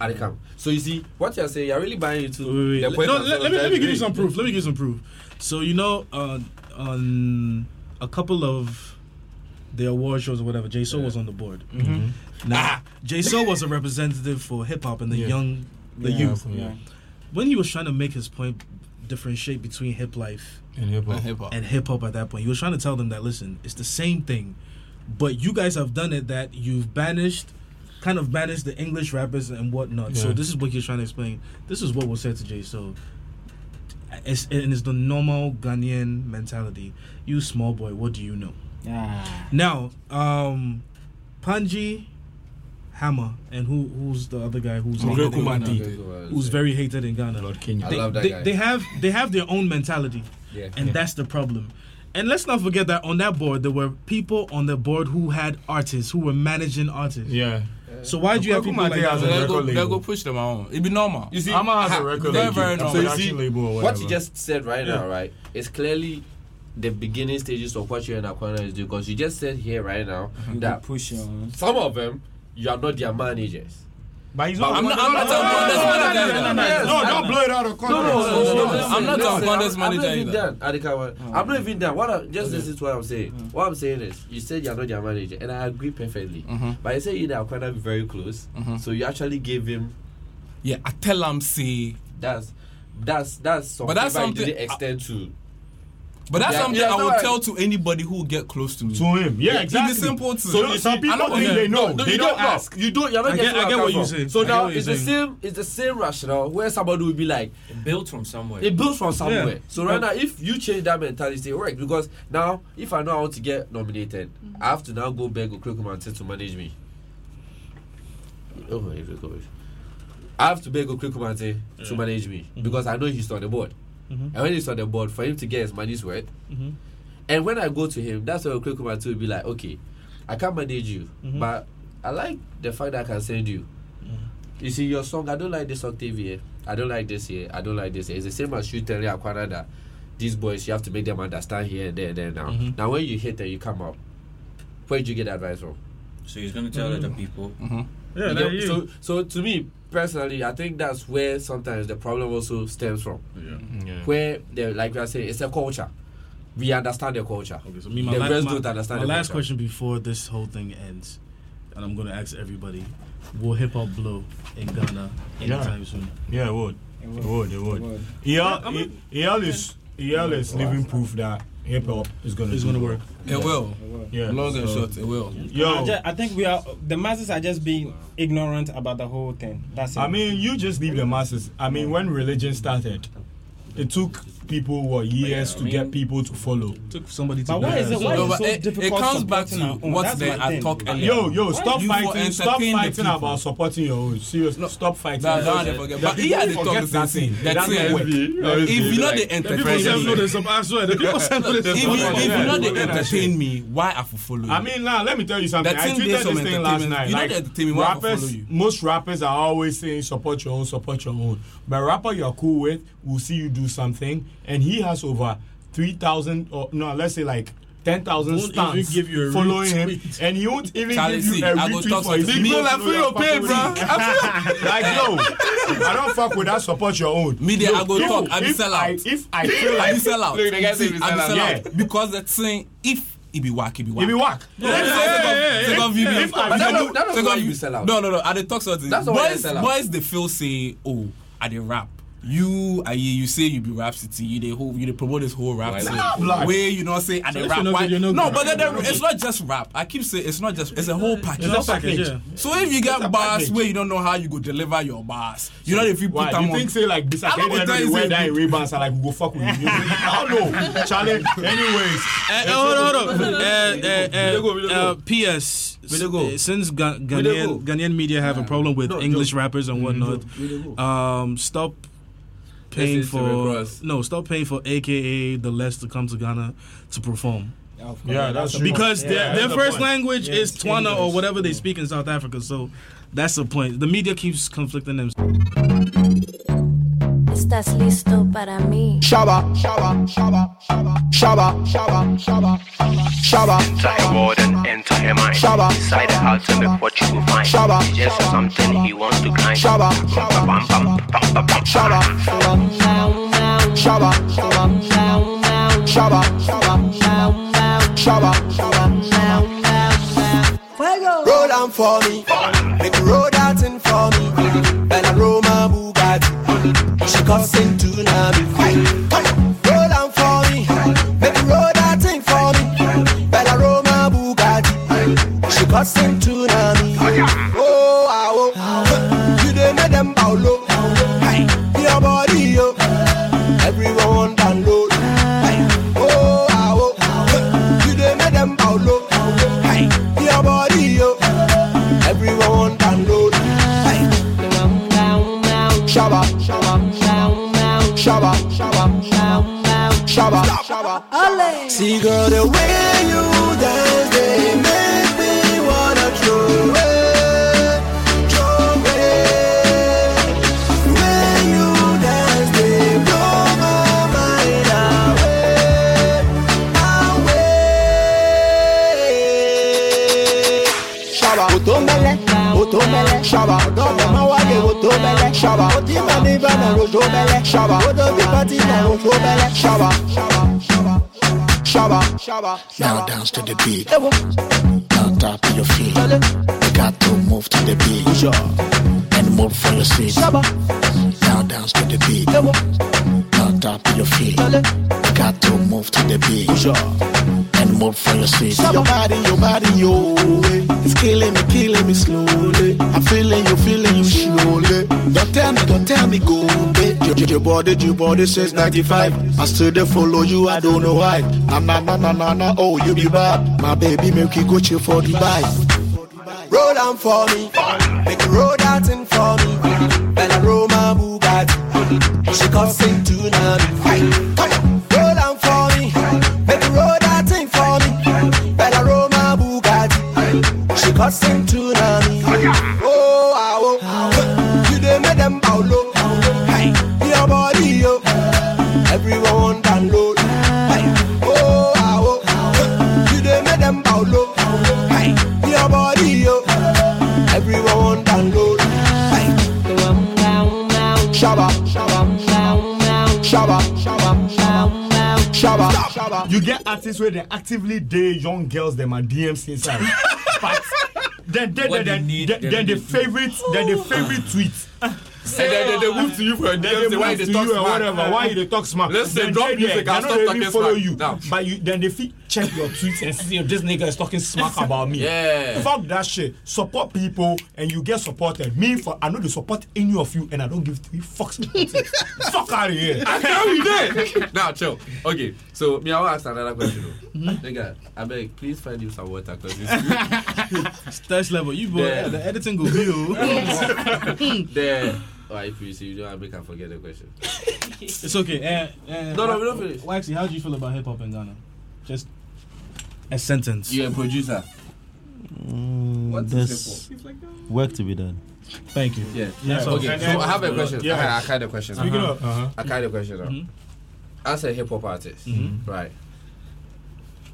Adekam. So you see, what you're saying, you're really buying into Wait, the wait, point. no, I'm let, let me let me give you some proof. Let me give you some proof. So you know, uh, on a couple of the award shows or whatever, Jay Soul was on the board. Mm-hmm. Now, Jay Soul was a representative for hip hop and the young, the youth. When he was trying to make his point, differentiate between hip life Hip hop. and hip hop at that point, he was trying to tell them that listen, it's the same thing, but you guys have done it that you've banished. Kind of banished the English rappers and whatnot. So Yeah. this is what he's trying to explain. This is what was said to Jay Soul it's, and it's the normal Ghanaian mentality. You small boy, what do you know? Yeah. Now, um, Panji, Hammer, and who who's the other guy who's Andre hated in Kumar Ghana? Deed. who's very hated in Ghana. Lord Kenya. I They, love that they, guy. they have they have their own mentality, Yeah. and that's the problem. And let's not forget that on that board there were people on the board who had artists who were managing artists. Yeah. So why do you have people Nkrumah like Day that? has So a they record go, they label. go push them on. It'd be normal. You see, Ama Hama has a record Very, label. very So normal. you see, label or What whatever. you just said right now, right, is clearly the beginning stages of what you and Aquana is doing. Because you just said here right now that push your some of them, you are not their managers. But he's But not. I'm not- I'm not a contest manager either. No, don't blow it out of No, no, no, context. no, no, listen, I'm not a listen, contest I'm- manager I'm not even either. done. Adekawa. I'm not even done. What I, just listen to what I'm saying. What I'm saying is, you said you're not their manager, and I agree perfectly. But you said you and Aquana be very close, so you actually gave him Yeah, I tell them see. that's that's that's something. that's that you something- didn't extend to. But that's Yeah, something yeah, I no, will I- tell to anybody who will get close to me. To him. Yeah, exactly. It's simple to So you- some people I think know they know. No, They you don't know. ask. You don't. You're not I get- getting I get where what I'm you're from. saying. So I get now what you're it's the same. It's the same rationale where somebody will be like, built from somewhere. it builds from somewhere. So right now, if you change that mentality, it works because now, if I know I want to get nominated, I have to now go beg Okrekum and to manage me. Oh my gosh. I have to beg Okrekumante to manage me because I know he's on the board. And when he's on the board, for him to get his money's worth, and when I go to him, that's when Okrekumante will be like, okay, I can't manage you, but I like the fact that I can send you. You see, your song, I don't like this octave here. eh. I don't like this here. I don't like this here. It's the same as you telling Aquana that these boys, you have to make them understand here and there and there now. Now, when you hit them, you come up. Where did you get advice from? So he's gonna tell other people. Yeah, You that get- you. So, so to me personally, I think that's where sometimes the problem also stems from. Where they like we are saying, it's a culture. We understand the culture. Okay, so me, my, the la- rest my- don't understand. my the last culture. question before this whole thing ends, and I'm gonna ask everybody: Will hip hop blow in Ghana anytime soon? Yeah, it would. It would. It would. EL EL is EL is living proof that hip hop is gonna It's do gonna work. It will. Yeah. Long and so- short, it will. Yo, I, ju- I think we are the masses are just being ignorant about the whole thing. That's it. I mean, you just leave the masses. I mean, when religion started, it took people what years to get people to follow. Took somebody to. but why is it why is No, it but so it, it difficult? comes back to supporting our own? what That's they my are thing. talking about. Yo, yo, stop You for fighting! Stop entertain the fighting people. about supporting your own. Serious, stop fighting. Nah, nah, they forget. But he had the forget talk the same that thing. thing. That's That it. thing. If you know Like, the The people self entertainment. notice. I swear, the people self If notice. you, Forget if you that. know they Forget that entertain me, why I for follow you? I mean, now let me tell you something. The I thing tweeted based on this thing last entertainment, night. you know like, the entertainment will follow rappers, you. most rappers are always saying support your own, support your own. But rapper you're cool with will see you do something, and he has over three thousand or no, let's say like. 10,000 Won't even stars give you a following him, retweet. and he won't even Charlie, give you see, a I go retweet talk for his something. Big man, I feel your pain, bruh. like, yo, I don't fuck with that. Support your own. Me there, Yo, I go if- talk, I be if sell out. If I feel I be like sell out. Look, the guy See, said he I be sell sell out. out. Because the thing, if it be whack, it be if whack. you walk, Take off VB. if I- Take that off- don't- that don't take why off- you sell out. No, no, no. At the talk something. That's not why you Boys- sell out. Boys, they feel say, oh, I did rap. You, I you say you be rap city. You they whole, you they promote this whole rap scene. Like- Where you know say I So did if rap. you're not Why? good, you're not No, good. but then, then it's not just rap. I keep saying it's not just. It's a whole package. It's a package. yeah. So if It's you a get bars package. where you don't know how you go deliver your bars, you know if you put Why? them You on. think say like this I'm not academia gonna they tell wear you that say- in Ray Bans and like we go fuck with you. you I don't know. Charlie, anyways. Uh, hold on, hold on. Uh, uh, uh, uh, P.S. Widogo. Since Ga- Widogo. Ghanaian, Ghanaian media have a problem with English rappers and whatnot, um, stop paying This is Rick for Ross. no, stop paying for AKA the less to come to Ghana to perform Yeah, that's true. because Yeah, their, that's their the first point. language Yeah, is it's Twana or English. whatever they speak in South Africa. So that's the point. The media keeps conflicting them. Estás listo para mí. Shaba, shaba, shaba, shaba, shaba, shaba, shaba, shaba, Inside world and enter her mind. Shabba. Inside the ultimate, what you will find. Shabba. Just something he wants to climb. Shabba. Bum, bum, bum, bum, bum, bum. shaba, shaba, shaba, shaba, shaba, shaba. Roll down for me, make you roll that thing for me. And I roll my Bugatti, she causing tsunami. Roll down for me, make you roll that thing for me. And I roll my Bugatti, she causing tsunami. Oh, ah, oh, you done made them bow low. Hey, Your body, yo, everyone download. Hey, Oh, ah, oh, you done made them bow low. oh. Shabba, shabba, shabba, shabba. See, girl, the way you dance, they make me wanna throw it, throw it. When you dance, they blow my mind away, away. Shabba, otomele, otomele, shabba. Odo ma wage, otomele, shabba. Otima ni bana, otomele, shabba. Odo bi pati na, otomele, shabba, shabba, shabba. Shabba, shabba, Now dance to the beat. Now tap to your feet. You got to move to the beat. And move from your seat. Now dance to the beat. Now tap to your feet. You got to move to the beat. And move from your seat. Your body, your body, yo. eh. It's killing me, killing me slowly. I'm feeling you, feeling you slowly. Don't tell me, don't tell me, go, babe. Your, your- your body, your body says 95. I still they follow you, I don't know why. Na na na na na na, oh, you be bad. My baby, make you go chill for Dubai. Roll down for me. Make you roll that in for me. Bella roll my Bugatti. She causing tsunami. Come on, roll down for me. Make you roll that in for me. Bella roll my Bugatti. She causing tsunami. Oh, ah, oh. You dey make them bow low. Hey, your body, yo. Everyone download. Hey, oh, ah, oh. You dey make them bow low. Hey, your body, yo. Everyone download. Hey. Shabba, shabba, shabba, shabba, shabba, shabba. You get artists where they actively day young girls them are DMs inside. but then then then, What they then, need, then, they then really the favorite then the favorite tweet. Say then they, they move to you for a Then DM. they Say why move they to talk you and smack? whatever. Why you they talk smart? Listen, drop music. I'll stop talking follow smack. you. Now. But you then they fe- check your tweets and see if this nigga is talking smack about me. Yeah. Fuck that shit. Support people and you get supported. Me for I know they support any of you and I don't give three fucks. about it. Fuck out of here. I can't be there. now chill. Okay, so me, I want to ask another question. though. Nigga, I beg, please find him some water because Stash level, you boy. Yeah. The editing go real. the oh, if you see, you don't make I forget the question. it's okay. Uh, uh, No, no, we don't finish. Waxy, how do you feel about hip hop in Ghana? Just a sentence. You're a producer. Mm, there's work to be done. Thank you. Yeah. That's all. Okay, so I have a question. I, I kind of question. Speaking now. of- uh-huh. I kind of question now. As a hip hop artist, Mhm. right?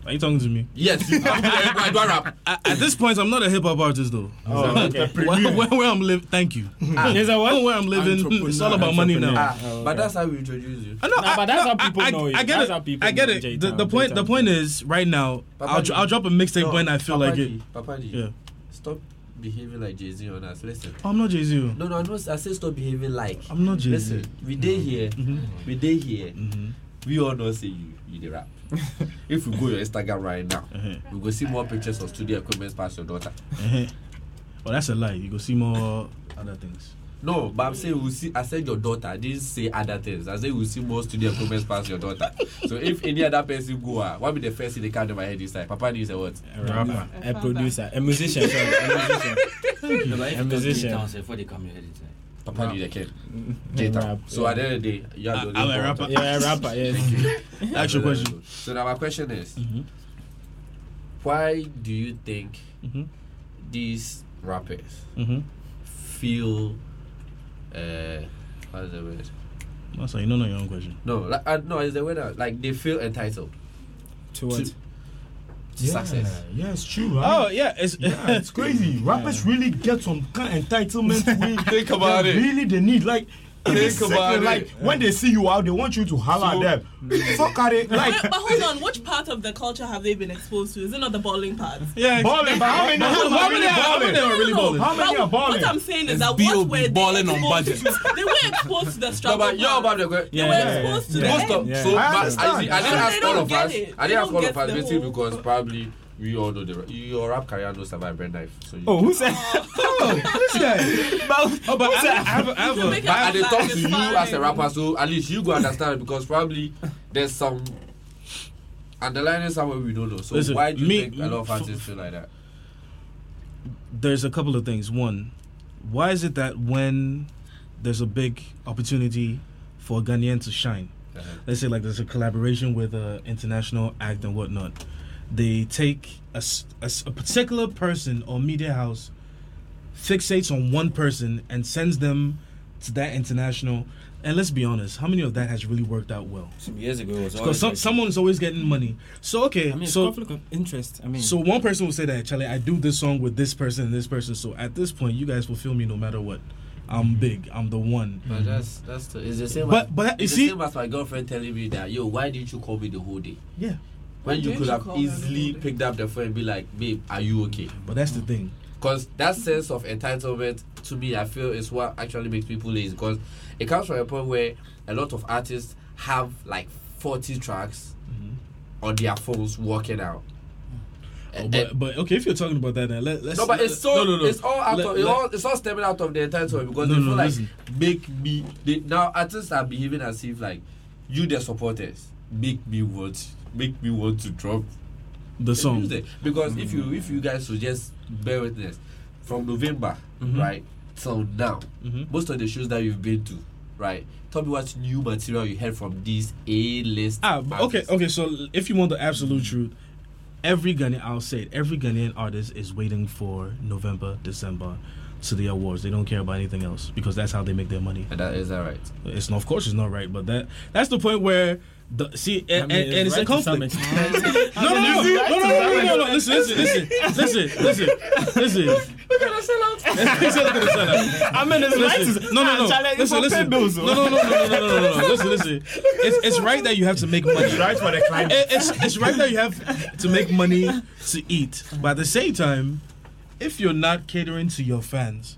Are you talking to me? Yes, you- I do rap. At, at this point, I'm not a hip hop artist though. Oh, okay. where, where, where I'm living, thank you. Ah. There's a what? Where I'm living, mm, it's all about money now. Ah, But that's how we introduce you. I know, Nah, I- but that's no, how people I, know you. I get That's it. how people I get know it. The, J-Town, the point, the J-Town. point is, right now, Papa I'll, G. dr- I'll drop a mixtape when I feel Papa like G, it. Papa G, Yeah. stop behaving like Jay Z on us. Listen. Oh, I'm not Jay Z. No, no, I know. I say stop behaving like. I'm not Jay-Z. Mm-hmm. Listen, we day here, we day here. We all know say you you the rap. if we go your Instagram right now, Uh-huh. we go see more pictures of studio equipment past your daughter. oh, that's a lie. You go see more other things. No, but I'm saying we see. I said your daughter. I didn't say other things. I said we see more studio equipment past your daughter. so if any other person go, ah, what be the first thing they come to my head is like, Papa, you say what? A rapper, a producer, a musician, sorry, a musician. a musician. Before they come, you head inside. Papa, you the kid. Mm-hmm. Rap, So at the end of the day, you have to I'm a rapper. Yeah, a rapper, yes. Ask your question. So now my question is, why do you think these rappers Mhm. feel uh what's the word? That's why you don't know your own question. No, like uh, no, is the word uh, like they feel entitled To what? to success. Yeah, it's true, right? Oh yeah, it's Yeah, it's crazy. Oh. Rappers really get some kind of entitlement. we Think about they it. Really, they need like. in a Think second, about it. Like when they see you out, they want you to holler at them. Fuck at it. Like but, but hold on, which part of the culture have they been exposed to? Is it not the balling part? yeah. balling, but how many? How many, many are- how balling? many are really balling? How many But are What balling? I'm saying is It's that what B.O.B. were they balling on exposed budget. to? They were exposed to the No, struggle. but you're part. about the question. They were exposed to the Most of Yeah. so I but I, understand. see, I didn't But ask they all don't of get us. it. I They didn't ask don't all get of us the basically whole- because probably we all know the your rap career no survive bread knife. So you, Oh, who said? Oh, but I have, I have, I have a, Make But us I they laugh, talk it's to you fine. as a rapper, so at least you go understand because probably there's some underlining somewhere we don't know. So Listen, why do you me- think a lot of f- artists feel like that? there's a couple of things. One, why is it that when there's a big opportunity for a Ghanaian to shine. Uh-huh. Let's say like there's a collaboration with an international act and whatnot. They take a, s- a s- a particular person or media house, fixates on one person and sends them to that international. And let's be honest, how many of that has really worked out well? Some years ago, it was Because always some, like- someone's always getting money. So okay, I mean, it's so conflict of interest. I mean, so one person will say that, Charlie, I do this song with this person and this person. So at this point, you guys will feel me no matter what. I'm big. I'm the one. But that's that's the, it's the same. But- as, but Eh, you it's see- the same as my girlfriend telling me that yo, why didn't you call me the whole day? Yeah. When Why you didn't could you have call me the easily picked up the phone and be like, babe, are you okay? But that's the thing. Because that sense of entitlement, to me, I feel is what actually makes people lazy. Because it comes from a point where a lot of artists have like 40 tracks Mm-hmm. on their phones working out. Eh, Oh, but, but okay, if you're talking about that, then let, let's. no, but it's so no, no, no. it's all out Let- of, let- it's all it's all stemming out of the entitlement because No, they no, feel like listen. make me they, now artists are behaving as if like you the supporters make me want make me want to drop The song. Mm-hmm. music. because if you if you guys would just bear witness from November Mhm. right till now Mhm. most of the shows that you've been to right tell me what new material you heard from these A list Ah, but okay, okay. So if you want the absolute truth, every Ghanaian, I'll say it, every Ghanaian artist is waiting for November, December to the awards. They don't care about anything else because that's how they make their money. And that is that right? It's not, of course, it's not right, but that that's the point where. The, see, and, mean, and, and it's it's a right to some conflict. extent. no, no, no, You no, see? no, no, no, no, no, no, no. Listen, listen, listen, listen, listen, listen. Look at the sellout. Listen, look at the seller. I mean, it's listen, right to- No, Ah, no, no. Charlie, you Listen, for listen. pay bills, no, oh. no, no, no, no, no, no, no, no. Listen, listen. It's, it's right that you have to make money. It's right for the climate. It- It's, it's right that you have to make money to eat. But at the same time, if you're not catering to your fans,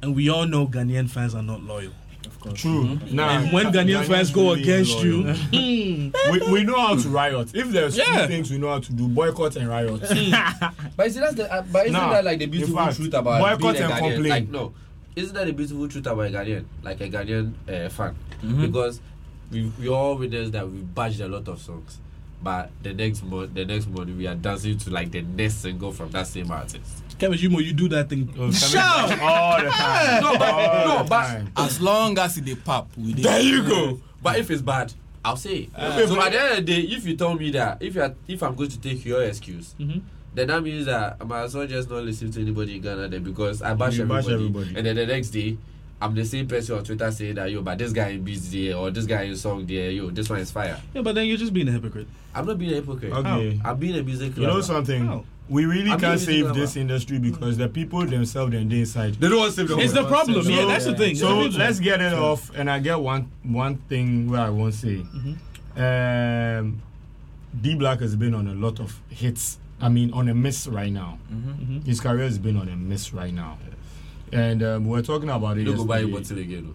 and we all know Ghanaian fans are not loyal. Of course. True. Nah, and when Ghanaian, Ghanaians fans go really against loyal. you, we, we know how to riot. If there's Yeah. two things we know how to do, boycott and riot. But isn't that the, uh, but isn't Nah, that like the in beautiful fact, truth about boycott being a and Ghanaian? complain. Like no, isn't that the beautiful truth about a Ghanaian, like a Ghanaian uh, fan? Because we we all witnessed that we badged a lot of songs, but the next month, the next morning, we are dancing to like the next single from that same artist. Kevin Jumo, you do that thing. Oh, all the time. No, but, All no, the but time. as long as it they pop, we dey. There you go. But if it's bad, I'll say. it. Uh, so at the end of the day, if you tell me that, if you are, if I'm going to take your excuse, Mhm. then that means that I might as well just not listen to anybody in Ghana then because I bash, You bash everybody, everybody. And then the next day, I'm the same person on Twitter saying that yo, but this guy in beats there or this guy in song there, yo, this one is fire. Yeah, but then you're just being a hypocrite. I'm not being a hypocrite. Okay. I'm being a music You know lover. something? We really I'm can't being save reasonable. this industry because the people themselves and they inside. They don't want to save the It's the problem. Yeah, that's the thing. So It's the let's problem. get it Sure. off. And I get one one thing where I won't say. Um, D Black has been on a lot of hits. I mean, on a miss right now. Mhm. His career has been on a miss right now. And um, we we're talking about it. Don't go buy a yesterday. bottle again. oh.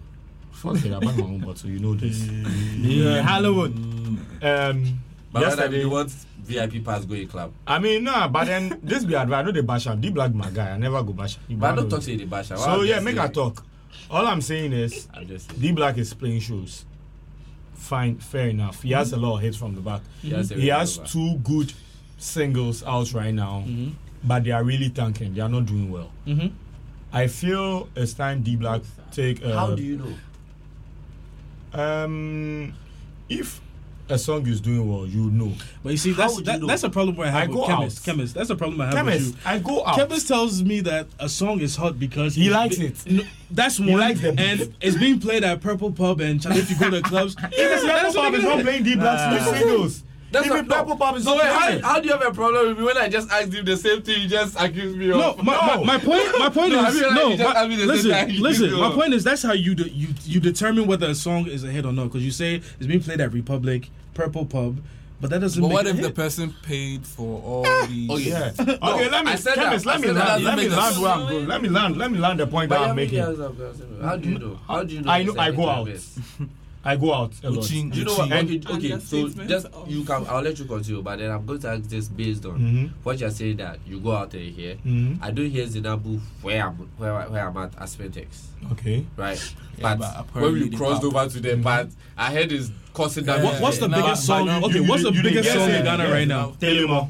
Fuck it, I buy my own bottle. You know this. Yeah, Mm. Hollywood. Um, But rather, yesterday, you want VIP pass going club. I mean, nah, but then this be advice. I know the bash am. D Black my guy. I never go bash. am. But I don't know talk it. to you in the basher. So yeah, make a talk. All I'm saying is, I'm just saying. D Black is playing shows. Fine, fair enough. He has a lot of hits from the back. He has a He lot has of- two good singles out right now, Mm-hmm. but they are really tanking. They are not doing well. Mhm. I feel it's time D Black take. Uh, How do you know? Um, if a song is doing well, you know. But you see, that's that, that's a problem where I have I with go chemists. out. Chemists, that's a problem I have Chemist, with you. I go out. Chemist tells me that a song is hot because He it's likes be- it. No, that's one. He likes the beat. and it's being played at Purple Pub and Charlie, if you go to clubs. Even Purple Pop is not playing D Black's Nah. new singles. That's Even what- no. Purple Pop is So not wait, playing. how, how do you have a problem with me when I just asked him the same thing you just accused me No, of? my, my, my point. My point No, I is mean, like, no. you just my- asked me the same listen, time you listen. do. My point is that's how you de- you you determine whether a song is a hit or not because you say it's being played at Republic, Purple Pub, but that doesn't. But make what it if a the hit. person paid for all these? Oh, yeah. Okay, let me, I said Chemist, that. let I me land, let said that doesn't me make land sense. where I'm going. Let me land, let me land the point But that yeah, I'm maybe making. I was obsessed. How do you know? How do you know? I it's know a I go better out. best? I go out a lot. Uchi, You know what? And- Okay, okay, so Understatement just of- you can. I'll let you continue, but then I'm going to ask this based on Mhm. what you're saying that you go out there here. Mhm. I don't hear Zinabu where I'm where, I- where I'm at as Pentex, Okay. right? Yeah, but but, when apparently we they crossed pop. over to them, but I heard is causing that. What- what's the Nah, biggest but song? you- okay, you- what's the you didn't biggest guess song in it. Ghana Yes, right now? Telemo.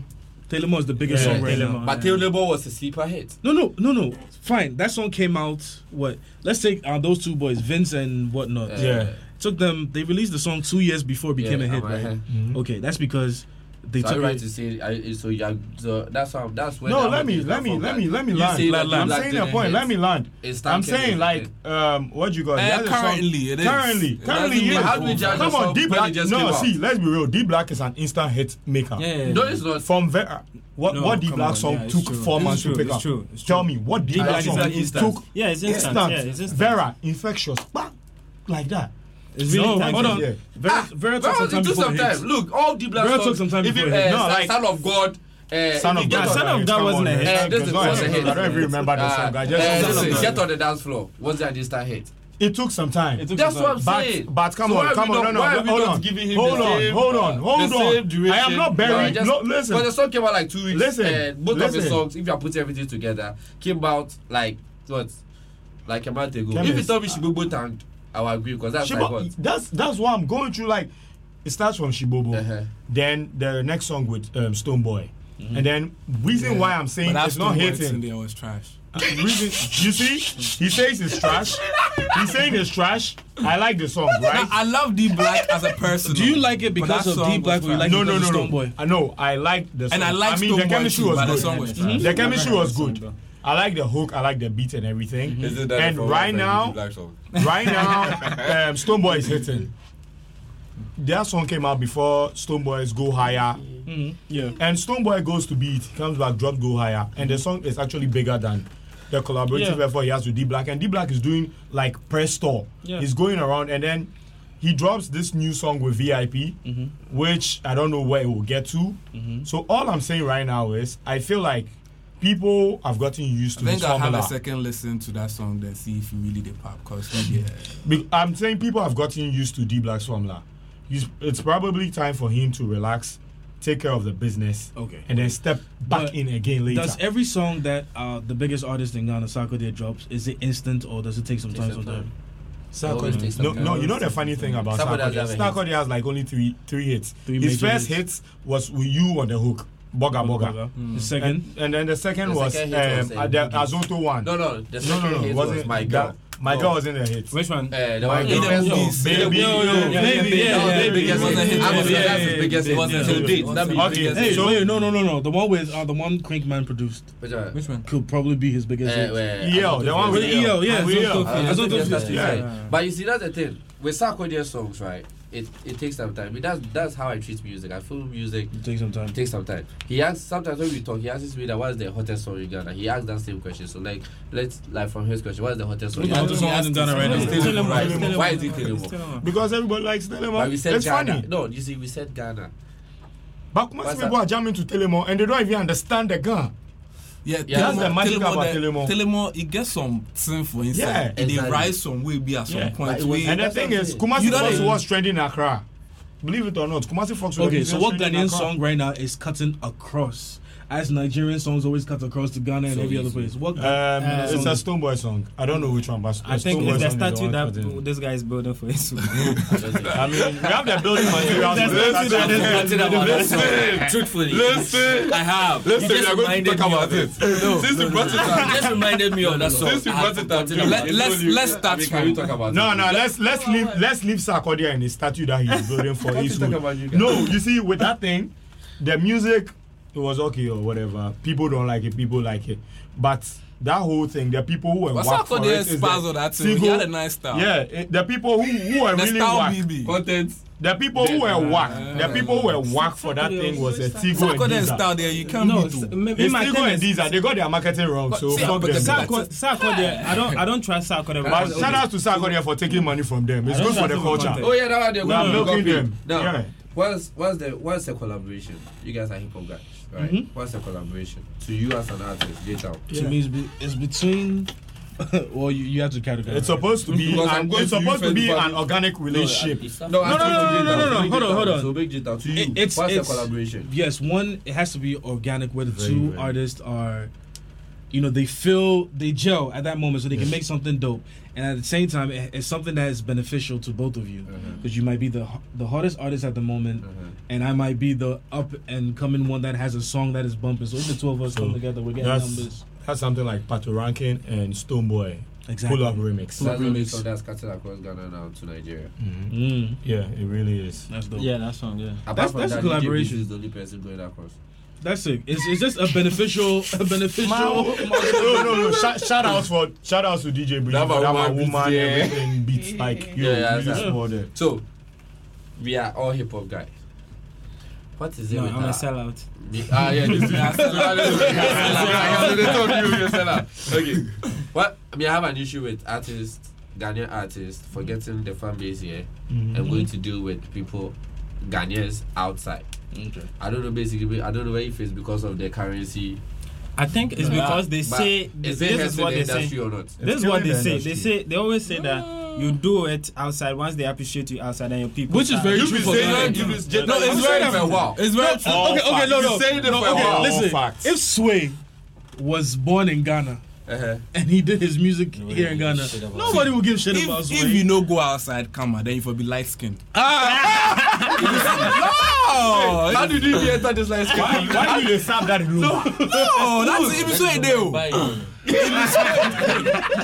Taylor Moore is the biggest Yeah, song right Taylor now. Moore. But Taylor Moore was a sleeper hit. No, no, no, no. Fine. That song came out. What? Let's take uh, those two boys, Vince and whatnot. Yeah. Yeah. Took them. They released the song two years before it became Yeah, a hit. I'm Right? ahead. Okay, that's because they so took. I'm right it- to say, I, so yeah, so that's how that's where. No, that let one me- is let not me- from, let like, me- let me you land. say Let- that let- you I'm like saying it a in point. it. Let me land. It's I'm Stan saying Kenny. like um, what you got? Eh, The other song- currently it is. Currently, It currently, doesn't mean yes. how do we judge Come yourself on, D when it Black. just came No, out? see, let's be real. D Black is an instant hit maker. Yeah, yeah, yeah. No, it's not. From ve- uh, what No, what D come Black on, song yeah, it's took true. four It's months true, to pick it's up. true, it's Tell true. me what D Yeah, Black it's song like instant. took. Yeah, it's instant, yeah, it's instant. Vera, infectious, bah, like that. It's really no, time hold to- on. yeah. Vera, Vera took Well, some it time took before some it time. hits. Look, all the black Vera songs. took some time if before you, it hits. No, uh, Son- like- Son of God. Uh, Son of God. Son of God wasn't a hit. Uh, this Because is I was a don't- hit. I don't even remember the Ah, song. I just- eh, Son of listen, God. Get on the dance floor. What's that instant hit? It took some time. took That's some time. what I'm but, saying. But come So why on, are come we on, not- no, why are no, we hold not on, giving him hold the on, same- hold on, hold the same on. I duration? am not No, I burying. just- no, listen, But the song came out like two weeks. Listen, eh, both of the listen. songs, if you put everything together, came out like what, like a month ago. Came If you is- tell me Shibobo tanked, I will agree because that's like Shibo- what. that's that's what I'm going through. Like, it starts from Shibobo, then the next song with um, Stone Boy, and then reason why I'm saying but it's not And hating. uh, there was trash. reason, you see, he says it's trash. He's saying it's trash. I like the song, right? I love D Black as a person. Do you like it But because that of song Deep Black? was or You fine. like No, it because no, of no, Stone no. Boy. I know. I like the. And Song. I like I mean, Stone the Boy chemistry too, was but the good. song was Mhm. trash. The chemistry was Song, good. I like the hook. I like the beat and everything. Mm-hmm. Is it that And the first right time you now, did Black song? right now, um, Stone Boy is hitting. Their song came out before Stone Boys Go Higher. Mm-hmm. Yeah. And Stone Boy goes to beat, comes back, drop Go Higher. And the song is actually bigger than the collaborative Yeah. effort he has with D Black. And D Black is doing like press store. Yeah. He's going around and then he drops this new song with VIP, Mm-hmm. which I don't know where it will get to. So all I'm saying right now is I feel like people have gotten used I to think this I'll have formula. a second listen to that song then see if you really did pop. Cause yeah. Be- I'm saying people have gotten used to D Black's formula. He's- It's probably time for him to relax, take care of the business, Okay. and then step back in again later. does every song that uh, the biggest artist in Ghana, Sako, Dia, drops, is it instant or does it take some time sometimes? Sarkodie- no, no, you know the funny thing about Somebody Sarkodie? has ever Sarkodie has like only three three hits. Three His major first hit was with you on the hook, Boga Boga. Boga. Mm. And- The second? and, then the second The was, second hit was, um, uh, the Bugis. Azoto one. No, no, the second hit was wasn't- My that- Girl. My No. girl was in the hit. Which one? Eh, the My one- girl. the best Yo, piece. baby, Yo, yo, yo, yeah, baby, yeah, yeah, that was the baby, biggest yeah, one. That yeah, was the- yeah, that's his yeah, biggest yeah, one. yeah, Till yeah. date, that'd be Okay, biggest hey, one. so- Wait, no, no, no, no. The one with uh, the one Crank Man produced. Which one? Which one? Could probably be his Eh, biggest. hit. EL, the one with EL. EL, yeah. With Zonto EL. Fee. I don't Zonto think Fee. that's the Yeah. thing. But you see, that's the thing. With Sarkodie songs, right? It it takes some time. I mean, that's that's how I treat music. I feel music. It takes some time. Takes some time. He asks sometimes when we talk, he asks me that what's the hottest song in Ghana. He asks that same question. So like let's like from his question, what's the hottest song? What's the hottest song in Ghana right now? Telemon, Telemon. Why is it Telemon? Telemon. Because everybody likes But Telemon. we said It's Ghana. funny. No, you see, we said Ghana. But most What's people that? are jamming to Telemon and they don't even understand the gun. Yeah, That's the magic Telemore, about the- Telemon. Telemore, it gets some sinful inside. Yeah. and they Exactly. rise some way be at some Yeah. point. where- And the thing is, You Kumasi know Fox what I was trending in Accra. Believe it or not, Kumasi Fox was Okay, so what trending in Ghanaian Accra. song right now is cutting across? As Nigerian songs always cut across to Ghana and So every other easy. place. What? Um, it's a Stone Boy song. I don't know which one, but Uh, I think Stone Boy it's song the is statue one that for them. this guy is building for his. I mean, we have the building materials. That's That's nothing it. about it. about that song. Listen. Truthfully. Listen. I have. Listen, He we are just going to reminded talk me about of it. Since you brought it up. He just reminded me of that song. Since you I brought have it up, forgotten about let- let's- let's start Can from- we talk about No, it? no, let's let's leave let's leave Sarkodia and the statue that he's building for Can't you Eastwood. talk about you guys? No, you see, with that thing, the music it was okay or whatever. People don't like it, people like it. But that whole thing, the people who were But whacked for Sarkodie it is spazzled the that too. He people- had a nice style. Yeah, it- the people who who were The really style whacked. BB. The people who were Yeah. whacked, the people who were whacked for that thing was a Tigo and Sarkodie Deezer. style there, you can't No, be too. s- maybe It's my Tigo and Deezer. They got their marketing wrong, But so see, fuck but them. Sarko- Sarkodie, I don't, I don't trust Sarkodie. But because- shout out to Sarkodia for taking money from them. It's I don't good for the have to culture. contact. Oh yeah, that one they're We are going to milking them. Now, Yeah. what's what's the what's the collaboration? You guys are hip hop guys, right? Mm-hmm. Mhm. What's the collaboration to you as an artist? Get out. To me, it's, be, it's between. well, you, you have to categorize. It's supposed to be Because I'm an, going it's to you supposed to be first, an but- organic relationship. No, No, no, no, no, no, no, no, no. Big Hold on, Jeta, hold on. So big Jeta, to you. It- it's What's the it's collaboration? Yes, one it has to be organic where the Very, two very. artists are you know, they feel they gel at that moment, so they can make something dope. And at the same time, it- it's something that is beneficial to both of you Uh-huh. because you might be the h- the hottest artist at the moment, Uh-huh. and I might be the up and coming one that has a song that is bumping. So if the two of us come together, we're getting that's, numbers. That's something like Pato Rankin and Stoneboy. Exactly. Pull up remix. That's a mix of that's scattered across Ghana now to Nigeria. Hmm. Mhm. Yeah, it really is. Mm. That's dope. Yeah, that song, yeah. Apart That's- from that's a that, DJ Biggs collaboration. is the only person going across. That's it. It's, it's just a beneficial, a beneficial. no, no, no. Shout, shout out for shout out to DJ Breezy That for that my my woman woman beats, yeah. everything beats like you Yeah, yeah, you that's just right. more there. So, we are all hip hop guys. What is it No, with I'm a that? sellout. The- ah, yeah, this is a sellout. I am the little of you, you're a sellout. Okay. What? I mean, I have an issue with artists, Ghanaian artists, forgetting the fan base here and Mhm. going to deal with people, Ghanaians outside. Okay. I don't know, basically, I don't know if it's because of the currency. I think it's But- because they but say is this it is hurting what the they say. industry or not? This is what they say. They say they always say that you do it outside once they appreciate you outside and your people. Which is start- very You true be for saying Ghana. it, you be- No, it's very for a while. It's very true. okay, okay, no, no, saying it no for a okay, while. listen. All facts. If Sway was born in Ghana Uh-huh. and he did his music here in Ghana, shit about nobody will give shit if, about Sway. If you no go outside, come on, then you for be light skinned. no! How did you enter this light skin? Why, why do they stop that room? No, Oh, that's if you say deal. Buy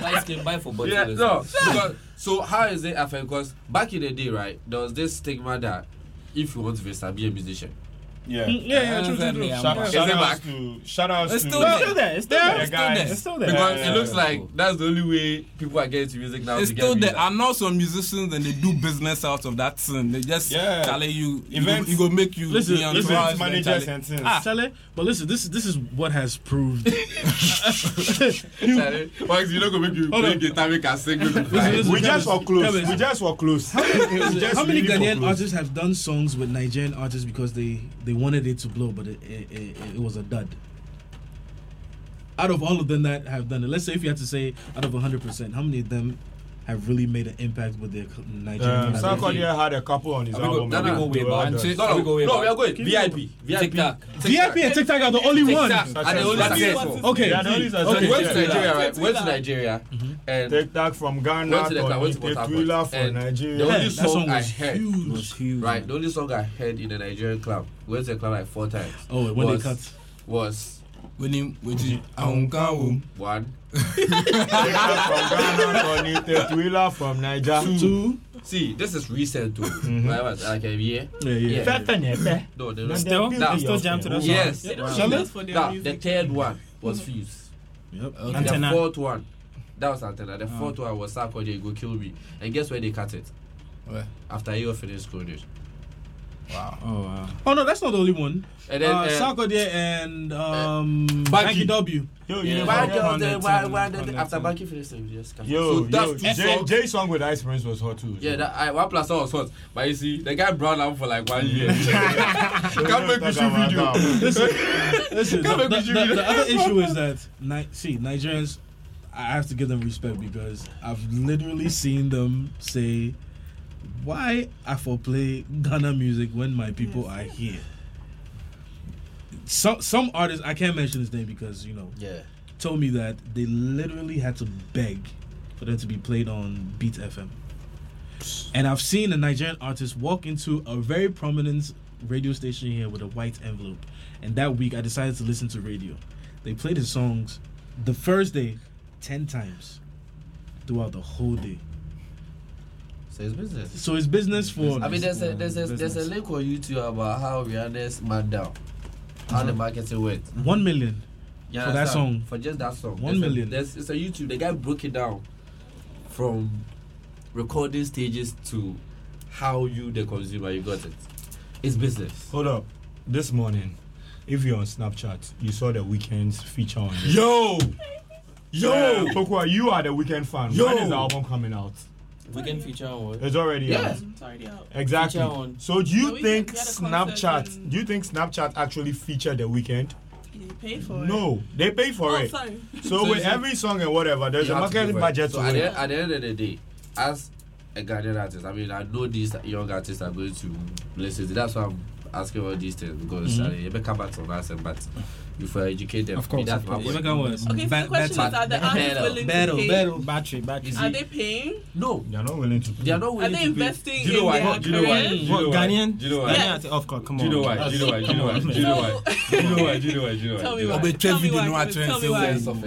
Light skin, buy for Yeah, no. Because, so how is it affect? Because back in the day, right, there was this stigma that if you want to Vista, be a musician. Yeah. yeah, yeah, true, true, true. Shout, Is shout it outs back? to shout outs It's to still the there. It's still there, it's still there, the it's still guys. there. It's still there. Because it looks Yeah. like that's the only way people are getting to music now. It's to get still there. visa. I know some musicians and they do business out of that thing. They just Yeah. tell you, you go, Events- you go make you Listen, be on listen, trials, managers then and things. Ah. Sale, but listen, this this is what has proved. Sorry. Why you not gonna make you Hold play on. guitar, make a sing with Listen, me? listen, We just Travis, were close. Travis. We just were close. How We many, just how many really were Ghanaian close. artists have done songs with Nigerian artists because they, they wanted it to blow, but it, it, it, it was a dud? Out of all of them that have done it, let's say if you had to say out of 100%, how many of them have really made an impact with their co- Um, Nigerian Sankodia had a couple on his we go- album. no, and no, they we were go all back. done. No, we go way no, back. we are going VIP, VIP, VIP and TikTok are the only one. TikTok. And the only That's success. it. Okay, Yeah, that is okay. We went to Yeah. Nigeria, right? Went to Nigeria, and Take that from Ghana Went to to the club, went to Port Harcourt, Twila for and Nigeria. the only that song song I was heard, huge. was huge. right? The only song I heard in the Nigerian club, went to the club like four times. Oh, when was- they cut. was When you, when you, I'm going one. Take that from Ghana to Twila from Niger. Two. See, this is recent too. Right, was like a year. Yeah, yeah. eh? No, they don't. Still, Now- they still jam to that song. Yes. They don't Now, do this for their now, the music. third one was Fuse. Yep. Okay. Antenna. The fourth one, that was Antenna. The fourth one was Sarkodie, Go Kill Me. And guess where they cut it? Where? After you finished school, dude. Oh wow. Oh, no, that's not the only one. And then, uh, uh, Sarkodie and um, Baki. Mikey W. Yo, Yeah. you never Why don't heard- they- on why- that why thing, don't they- on After that thing. Baki finished them, they just cut it. Yo, So that's yo, two songs. Jay song with Ice Prince was hot too. Yeah, so. that I, one plus one was hot. But you see, the guy brown out for like one year. We Can't make don't me talk shoot about video. that. Listen, listen. Come the, and we the- should the- be the other issue is that Ni- see Nigerians. I have to give them respect because I've literally seen them say, "Why I for play Ghana music when my people are here." Some some artists I can't mention his name because you know Yeah. told me that they literally had to beg for them to be played on Beat FM. And I've seen a Nigerian artist walk into a very prominent radio station here with a white envelope. And that week I decided to listen to radio. They played his songs the first day 10 times throughout the whole day. So it's business. So it's business for I mean, there's a there's a there's a link on YouTube about how Rihanna's man down, how the marketing went. 1 million. You For that understand? song. for just that song, One There's a- million. there's it's a YouTube. The guy broke it down from recording stages to how you, the consumer, you got it. It's business. Hold up. This morning, if you're on Snapchat, you saw the weekend's feature on it. Yo, Yo! Tokwa, you are the weekend fan. Yo! When is the album coming out? Weekend feature award. It's already Yeah. out. It's already out. Exactly. Feature on- So do The you Weeknd think had a concert Snapchat and- do you think Snapchat actually featured the weekend? You paid for it. No. They pay for Oh, it. sorry. So So with you- every song and whatever, there's You a have to marketing give it. budget So to at it. the, at the end of the day, as a Ghanaian artist, I mean, I know these young artists are going to listen. to- That's why I'm asking all these things because mm-hmm. uh, you may come back to us, but before I educate them. Of course, That's of my course. point. Jamaican words. Okay, so the question is, are the artists willing to pay? Battery, battery. Are they paying? No, They are not willing to. pay. they are not Are willing they to pay. investing Do you know in why? their Do you know why? career? Do What, you know why? Ghanaian? Do you know why? Ghanaian, of course, come on. Do you know why? Do you know why? Do you know why? Do you know why? Do you know why? Do you know why? Do you know why? Tell me Do you know why. why? Obe Tell me Trevi did why. not Tell me transfer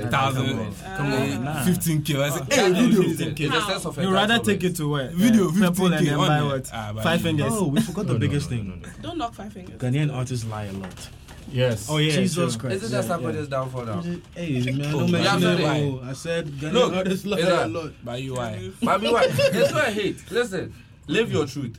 why. thousand, come Ah. on, fifteen k. I say, hey, That's video, what it is. It's a sense of You rather entitlement. take it to where? video, Purple fifteen and k. then buy what? Five fingers. Oh, we forgot the biggest thing. Don't knock five fingers. Ghanaian artists lie a lot. Yes. Oh yeah, Jesus sure. Christ. Isn't that somebody's downfall now? Hey, man, Oh, don't yeah, mention I'm it. sorry. Oh, I said Ghanaian Look, artists lie it's a a- lot. By you, why? Mami, why? That's what I hate. Listen, live your truth,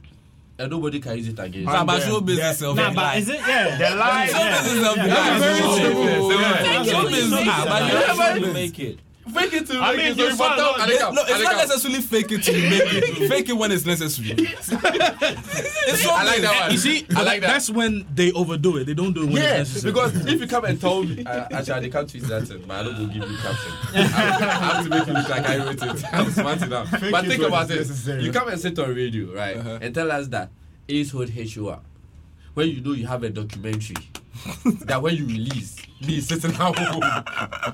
and nobody can use it against. Nah, you. but show business self. Nah, but is it? Yeah, The lie. Show business self. That's very true. Thank you. Show business. Nah, but you Everybody- have to make it. Fake it to I make mean, it so you you found fuck out- up. Aleka, No, it's not Aleka. necessarily fake it till you make it. Fake it when it's necessary. it's so I like that one. You see, I like that. that's when they overdo it. They don't do it when Yeah, it's necessary. because if you come and tell me, uh, actually, I can't tweet that, thing, but I don't go give you caption. I have to make you look like I wrote it. I'm smart enough. but it think when about it's it. necessary. You come and sit on radio, right, and tell us that Ace Hood hates you up. When you know you have a documentary that when you release, me sitting at home,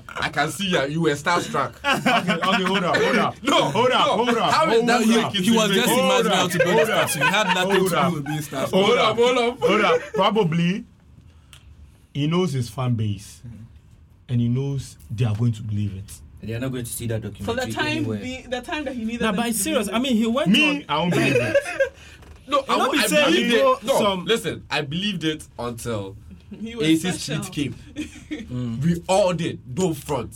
I can see you, you were starstruck. Okay, okay, hold up, hold up. No, hold up, no. hold up. How is hold that you- up. He was just Hold imagining up, how to build hold a up. statue. He had nothing Hold to up. do with being starstruck. Hold up, hold up. hold up. Probably he knows his fan base and he knows they are going to believe it. They are not going to see that documentary For the time, anywhere. be, the time that he needed. Nah, them but to it's serious. do I mean, he went Me, on. I won't believe it. No, I, Let won't- me I tell you believed it. No, some- listen, I believed it until this. he was Ace's special. tweet came. We all did. No front.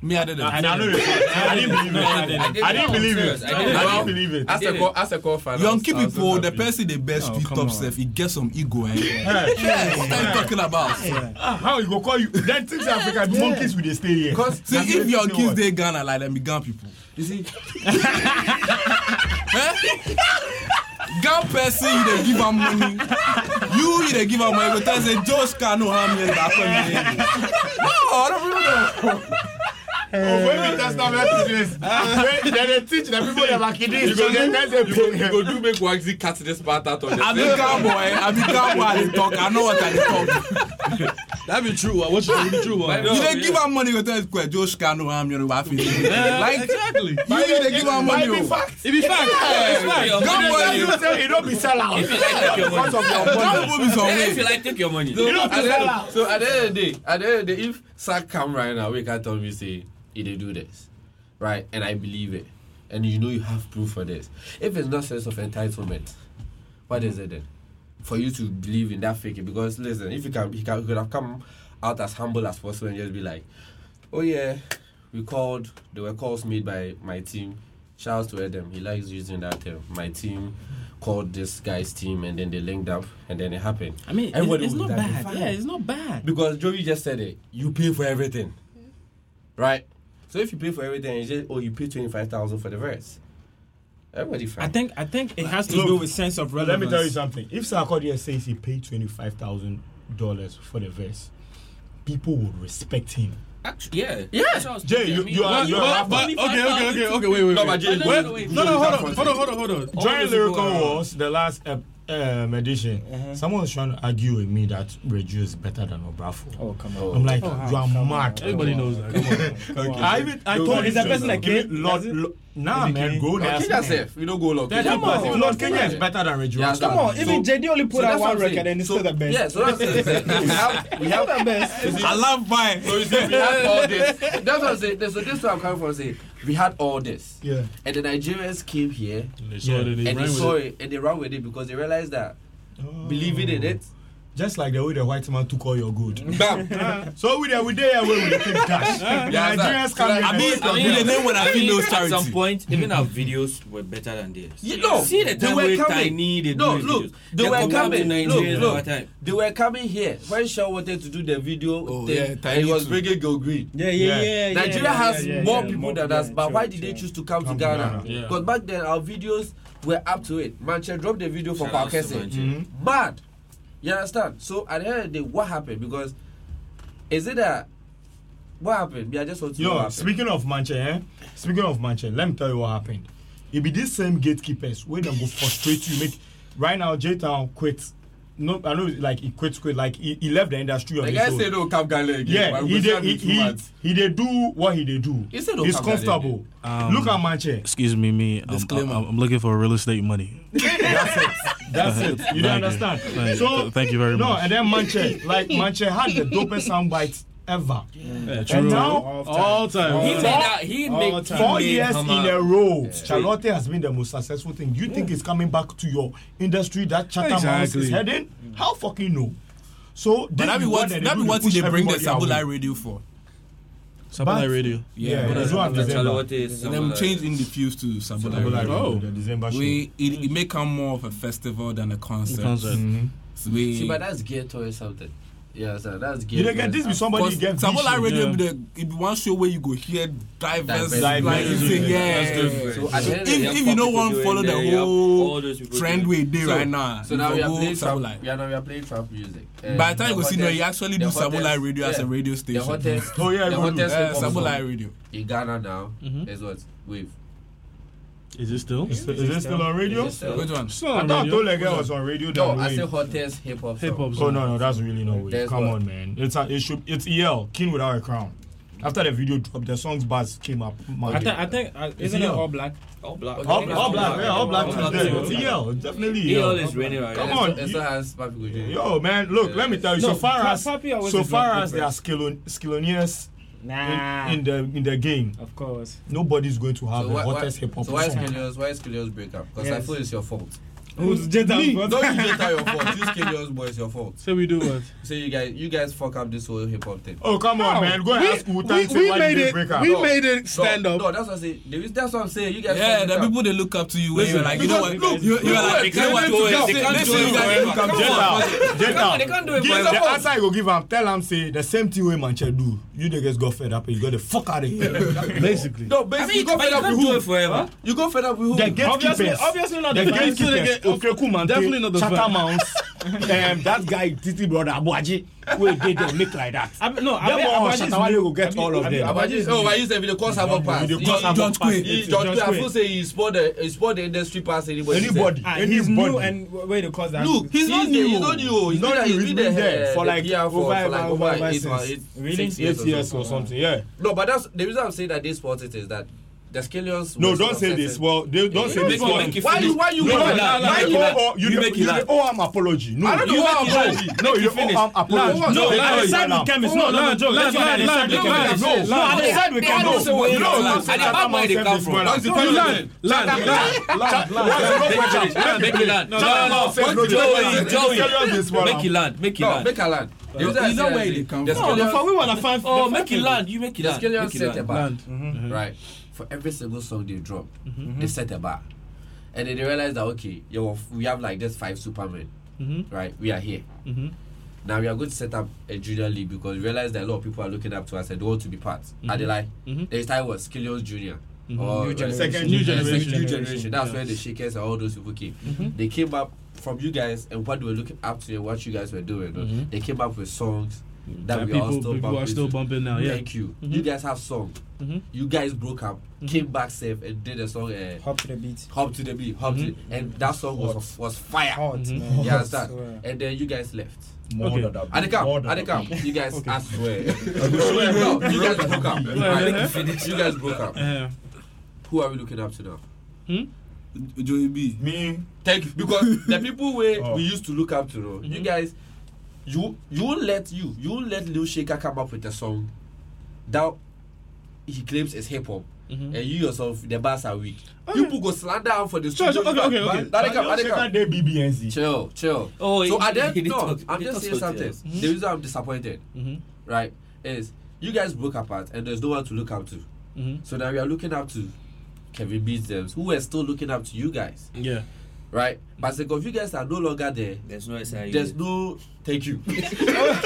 Me, I did it. And I know it. I didn't believe it. I didn't, didn't. believe it. Serious, I I didn't. didn't, believe it. As a call, as a call fan. I was- Young I was people, not the happy. person they best Oh, feed come top on. self, he gets some ego. Eh? what are you talking about? Ah, How you go call you? Then things Africa monkeys will they stay here. Because See, if your kids they Ghana, like them be Ghana people. Eh? you see, Ghana person, you they give them money. You, you they give them money. But then say, Josh can no harm you. That's what you dey do." oh, when we test them to this, when- then they teach the people they are kids. So then that's a you problem. go do make Waxy cut this part out on the I be Ghana boy. I be Ghana boy. I dey talk. I know what I dey talk. That be ah. true. What should be true? Like, You no, they yeah. give them money. But then it's Josh can no harm you. But I feel like exactly. you, you they give them money. Might be oh. fact. It be fact. Ghana boy, you You say it don't be sell out. Because oh. of your Ghana money. boy be some If you way. like, take your money. So, You don't at the tell end- her. so at the end of the day, at the end of the day, if Sack come right now, we can tell me say he did do this, right? And I believe it, and you know you have proof for this. If it's not sense of entitlement, what is it then? For you to believe in that fake it? because listen, if you can, he can, he could have come out as humble as possible and just be like, oh yeah, we called. There were calls made by my team. Shouts to Adam. He likes using that term. My team called this guy's team, and then they linked up, and then it happened. I mean, Everybody it's, it's would not have been bad. fine. Yeah, it's not bad. Because Joey just said it. You pay for everything, right? So if you pay for everything, you say, oh, you pay twenty five thousand for the verse. Everybody fine. I think I think it has to Look, do with sense of Let relevance. me tell you something. If Sarkodie says he paid twenty five thousand dollars for the verse, people would respect him. Actually, yeah. Yeah. Jay, you, you are you're a But, rapper. but, okay, okay, okay, okay. Wait, wait, No, wait. but Jay, No, no, Wait, no, wait. no, no, hold on, hold on, hold on, hold on. All During this is Lyrical going on. Wars, the last ep- um, edition, Uh-huh. someone was trying to argue with me that Reju is better than Obrafo. Oh come on. I'm like, you are mad. Everybody knows that. Come on. I even I told Is that person like Give Kane? me Lord, Does it- Lord, nah, it man, Kane? go there. King yourself. We don't go long. That's Come on. Lord Kenya is better than Reju. Yeah, Rasta. Oh, come on. Even JD only put out that's one what I'm record saying. and it's still the best. Yeah, so that's it. We have, we have the best. I love mine. So you see, we had all this. That's what I'm saying. So this is where I'm coming from. Say we had all this, Yeah. and the Nigerians came here They saw it and they ran with saw it. it Oh. and they ran with it because they realized that believing in it. Just like the way the white man took all your gold. Bam. so we there, we there, we there, we there, dash. Yeah, The Nigerians sir. come here. I mean, and- I mean, the name when I feel no At some charity. point, even our videos were better than theirs. You know, See the they time were where coming. Tiny they no, do look, videos. they were come to coming. Nigeria Look, all the look, time. they were coming here. When Shaw wanted to do the video, Oh, thing, yeah, and Tiny he was too. bringing Go Green. yeah, yeah, yeah, yeah, Nigeria yeah, has yeah, yeah, more yeah, people more- than us, yeah, but true, why did they true. choose to come, Come to to Ghana? Ghana, Because back then our videos were up to it. Manche dropped the video for Shout out to Parkessin. Manche. Mad. You understand? So at the end of the day, what happened? Because is it that what happened? Yeah, I just want to know what Yo, happened. speaking of Manche, eh? Speaking of Manche, let me tell you what happened. It be these same gatekeepers where they go frustrate you. Make right now J Town quit no, I know, like he quit, quit. Like he, he left the industry on The his guy own. said, "Oh, Cap Galley again." Yeah, But he we did. can't He, be too he, mad. he did do what he did do. He said, "Oh, He's Cap Galley again." comfortable. Um, Look at Manche. Excuse me, me. I'm, I'm, Disclaimer. I'm looking for real estate money. That's it. Thank You you. don't understand. Thank you. so Thank you very no, much. and then Manche, like Manche had the dopest sound bites ever. Yeah, And true. now All time. He made Four- out- he four make- he four made years come in out. a row. Charlotte has been the most successful thing. You think it's coming back to your industry that Chatham House Exactly. is heading? How fucking no? So But that be what that be what they bring the Sabulai radio for. Sabulai Radio. Yeah, Yeah, it's one December. And then change in the fuse to Sabulai Sabulai Radio. Radio, Oh, the December show. we it, it may come more of a festival than a concert. Concert. Mhm. So we, See, but that's gear toy something. Yeah, sir, that's gear. You don't get toy. this with somebody Because get vision. Sabulai Radio Yeah. be the it be one show where you go hear diverse, Diverse. like you say, Diverse. yeah. That's different. So at the end of if, the day, if you don't people want to doing follow there, the you have Oh, whole all those people trend doing- we did So- right now, So now you we are go playing trap. Sabulai. Yeah, now we are playing trap music. And By the time you go see, no, hottest- you actually the do hottest- Sabulai Radio as yeah, a radio station. The hottest, Oh, yeah, the we do. hottest Yeah, hip hop Sabulai song Mm-hmm. Radio. in Ghana now is what wave. Is it still? Is it still on radio? Is it still- Which one? I thought Tolega was on radio. No, than I Wave. say hottest hip hop. Hip hop. song. Oh no, no, that's really no way. There's Come what- on, man. It's a, it should it's EL King without a crown. After the video dropped, the song's buzz came up. I think I think uh, It's isn't it EL. all black? All black. All- all black, yeah, all black Tuesday. It's EL, it's definitely EL. Come on, It's you- not as popular. Yo, man, look, let me tell you. No, so far Pa- as Papi always so is far not as there are Skilon, Skilonians Nah. in, in the in the game, of course, nobody's going to have So the why, why, hottest hip hop so why is song. Kilios, why is Kilios break up? Because I Yes. feel it's your fault. Who's Jeta's Me. fault? No, you Jeta your fault. This Kilios boy is your fault. So we do what? So you guys, you guys fuck up this whole hip hop thing. Oh, come on, How? man. Go and We- ask Wu-Tang we- Clan we why did made they it- break up. we made it stand no, up. No, that's what I say. The reason- That's what I'm saying. You guys. Yeah, fucked the it up. people they look up to you when you're Listen, like, you know what? because- Look, you you are look, like, you know they what? can't do it. They They can't can't do it. do They can't do it. it. Get out. They can't do it, Give boy. them the answer I go give am. Tell am say the same thing wey Manche do. You niggas got fed up and you got the fuck out of here. Basically. No, basically, you go fed up with who? You go fed up with who? The gatekeepers. Obviously- obviously not the the fans. gatekeepers. Still the gate- Okreku Mante, definitely not the Chata fans. Mounts, um, that guy Titi brother Abuaji, wey dey there make like that. Abi- no, Them Abi- all Abuaji is Shatawale new. go get Abi- all of Abi- them. Abuaji is No, Oh, but you said video cause about pass. Video cause about George pass. Quay. It's George George Quay. I Quay. feel say he spoiled the he spoiled the industry pass anybody. Anybody. Ah, Anybody. he's new and w- wait, of course that. Look, he's not new. He's not new. He's Not been- new, he's he's been been the- there uh, for the like PR for- over- for like over- over over eight months, since- eight- really? six years Eight or years so. or something, yeah. No, but that's the reason I'm saying that they sport it is that the Scallions. No, were don't say successful. this. Well, they, don't Yeah, say you this. make it- one. make it Why you- why you no, go no, like that? Like you that. owe, you, You you, make it you like- owe am apology. No, I don't know you who owe I'm am No, apology. Make you it owe finish. am apology. No, no, I no, decide no, with chemists. no, No, no, no, no, joke. no, Let's no, go. I no, decide no, with no, chemists. no, No, I no, decide with no, no, chemists. No, no, no, no, no, no, no, and the bad boy they come from. That's the question. Land, land, land, land. Make it land. No, no, no, Joey, no, Joey, no, Joey. no, Make it land. Make it No, land. make it land. Uh, The You reason I know say where that they is come the from. No, the Scallions- fuck, we wanna find- Oh, the make fucking- it land. You make it The land. Scallions Make it set land. a bar. Land. Mhm. Right. For every single song they drop, Mhm. they set a bar, and then they realize that okay, yo, we have like just five Supermen. Mhm. Right. We are here. Mm-hmm. Now we are going to set up a junior league because we realize that a lot of people are looking up to us and they want to be part. Are they like? They started with Skillions Junior. Mhm. Or Mm-hmm. New generation. second New new generation, generation. new generation. That's Yeah. where the Shakers and all those people came. Mhm. They came up from you guys and what they were looking up to and what you guys were doing. no? Mhm. They came up with songs that, Mm-hmm. That we people- are still people are bumping still to. bumping now, yeah. Thank you. Mhm. You guys have song. Mhm. You guys broke up, Mm-hmm. came back safe and did a song. Uh, hop to the beat. Hop to the beat. Hop to Mm-hmm. the, and that song was was fire. Hot, Mhm. man. You Hot, understand? swear. And then you guys left. More Okay. than that. More Adekam, than Adekam, that. you guys, I swear. swear. No, you guys broke up. Yeah. I think Yeah. you finished. You guys broke up. Yeah. Who are we looking up to now? Hmm? Joey B. Me. Thank you. Because the people we, Oh. we used to look up to, though, Mm-hmm. you guys, you you won't let you you won't let Lil Shaker come up with a song that he claims is hip hop. Mm-hmm. And you yourself, the bars are weak. You people go slander him for the Sure, sure, studio. okay, okay, okay. But Adekam, But Lil Shaker Adekam. dey BBNC. Chill, chill. Oh, so he- I don't he know. talk- I'm he just talks saying for something. years. Mhm. The reason I'm disappointed, Mhm. right, is you guys broke apart and there's no one to look up to. Mhm. So now we are looking up to Kevin Beats them, who were still looking up to you guys, Yeah. right? But because you guys are no longer there, there's no SIU. There's no thank you.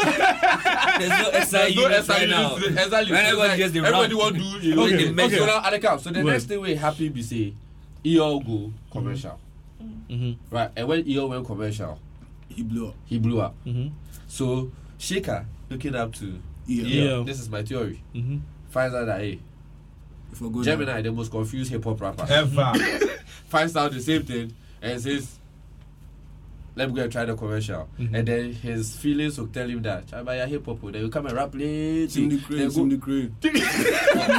There's no SIU There's no right now. Exactly. It's Right, everybody like just dey everybody rap. want to do. You know, Okay, okay. okay. So now Adekam, So the Well. next thing we happy be say, EO go commercial. Right, and when EO went commercial, he blew up. He blew up. Mhm. So Shaker looking up to EO. EO. This is my theory. Mhm. Finds out that hey, go Gemini the most confused hip hop rapper Ever. Finds out the same thing and says, let me go and try the commercial. Mm-hmm. And then his feelings will tell him that, Chaba, you're hip hop. Then you come and rap late. in the crate, in the crate. Come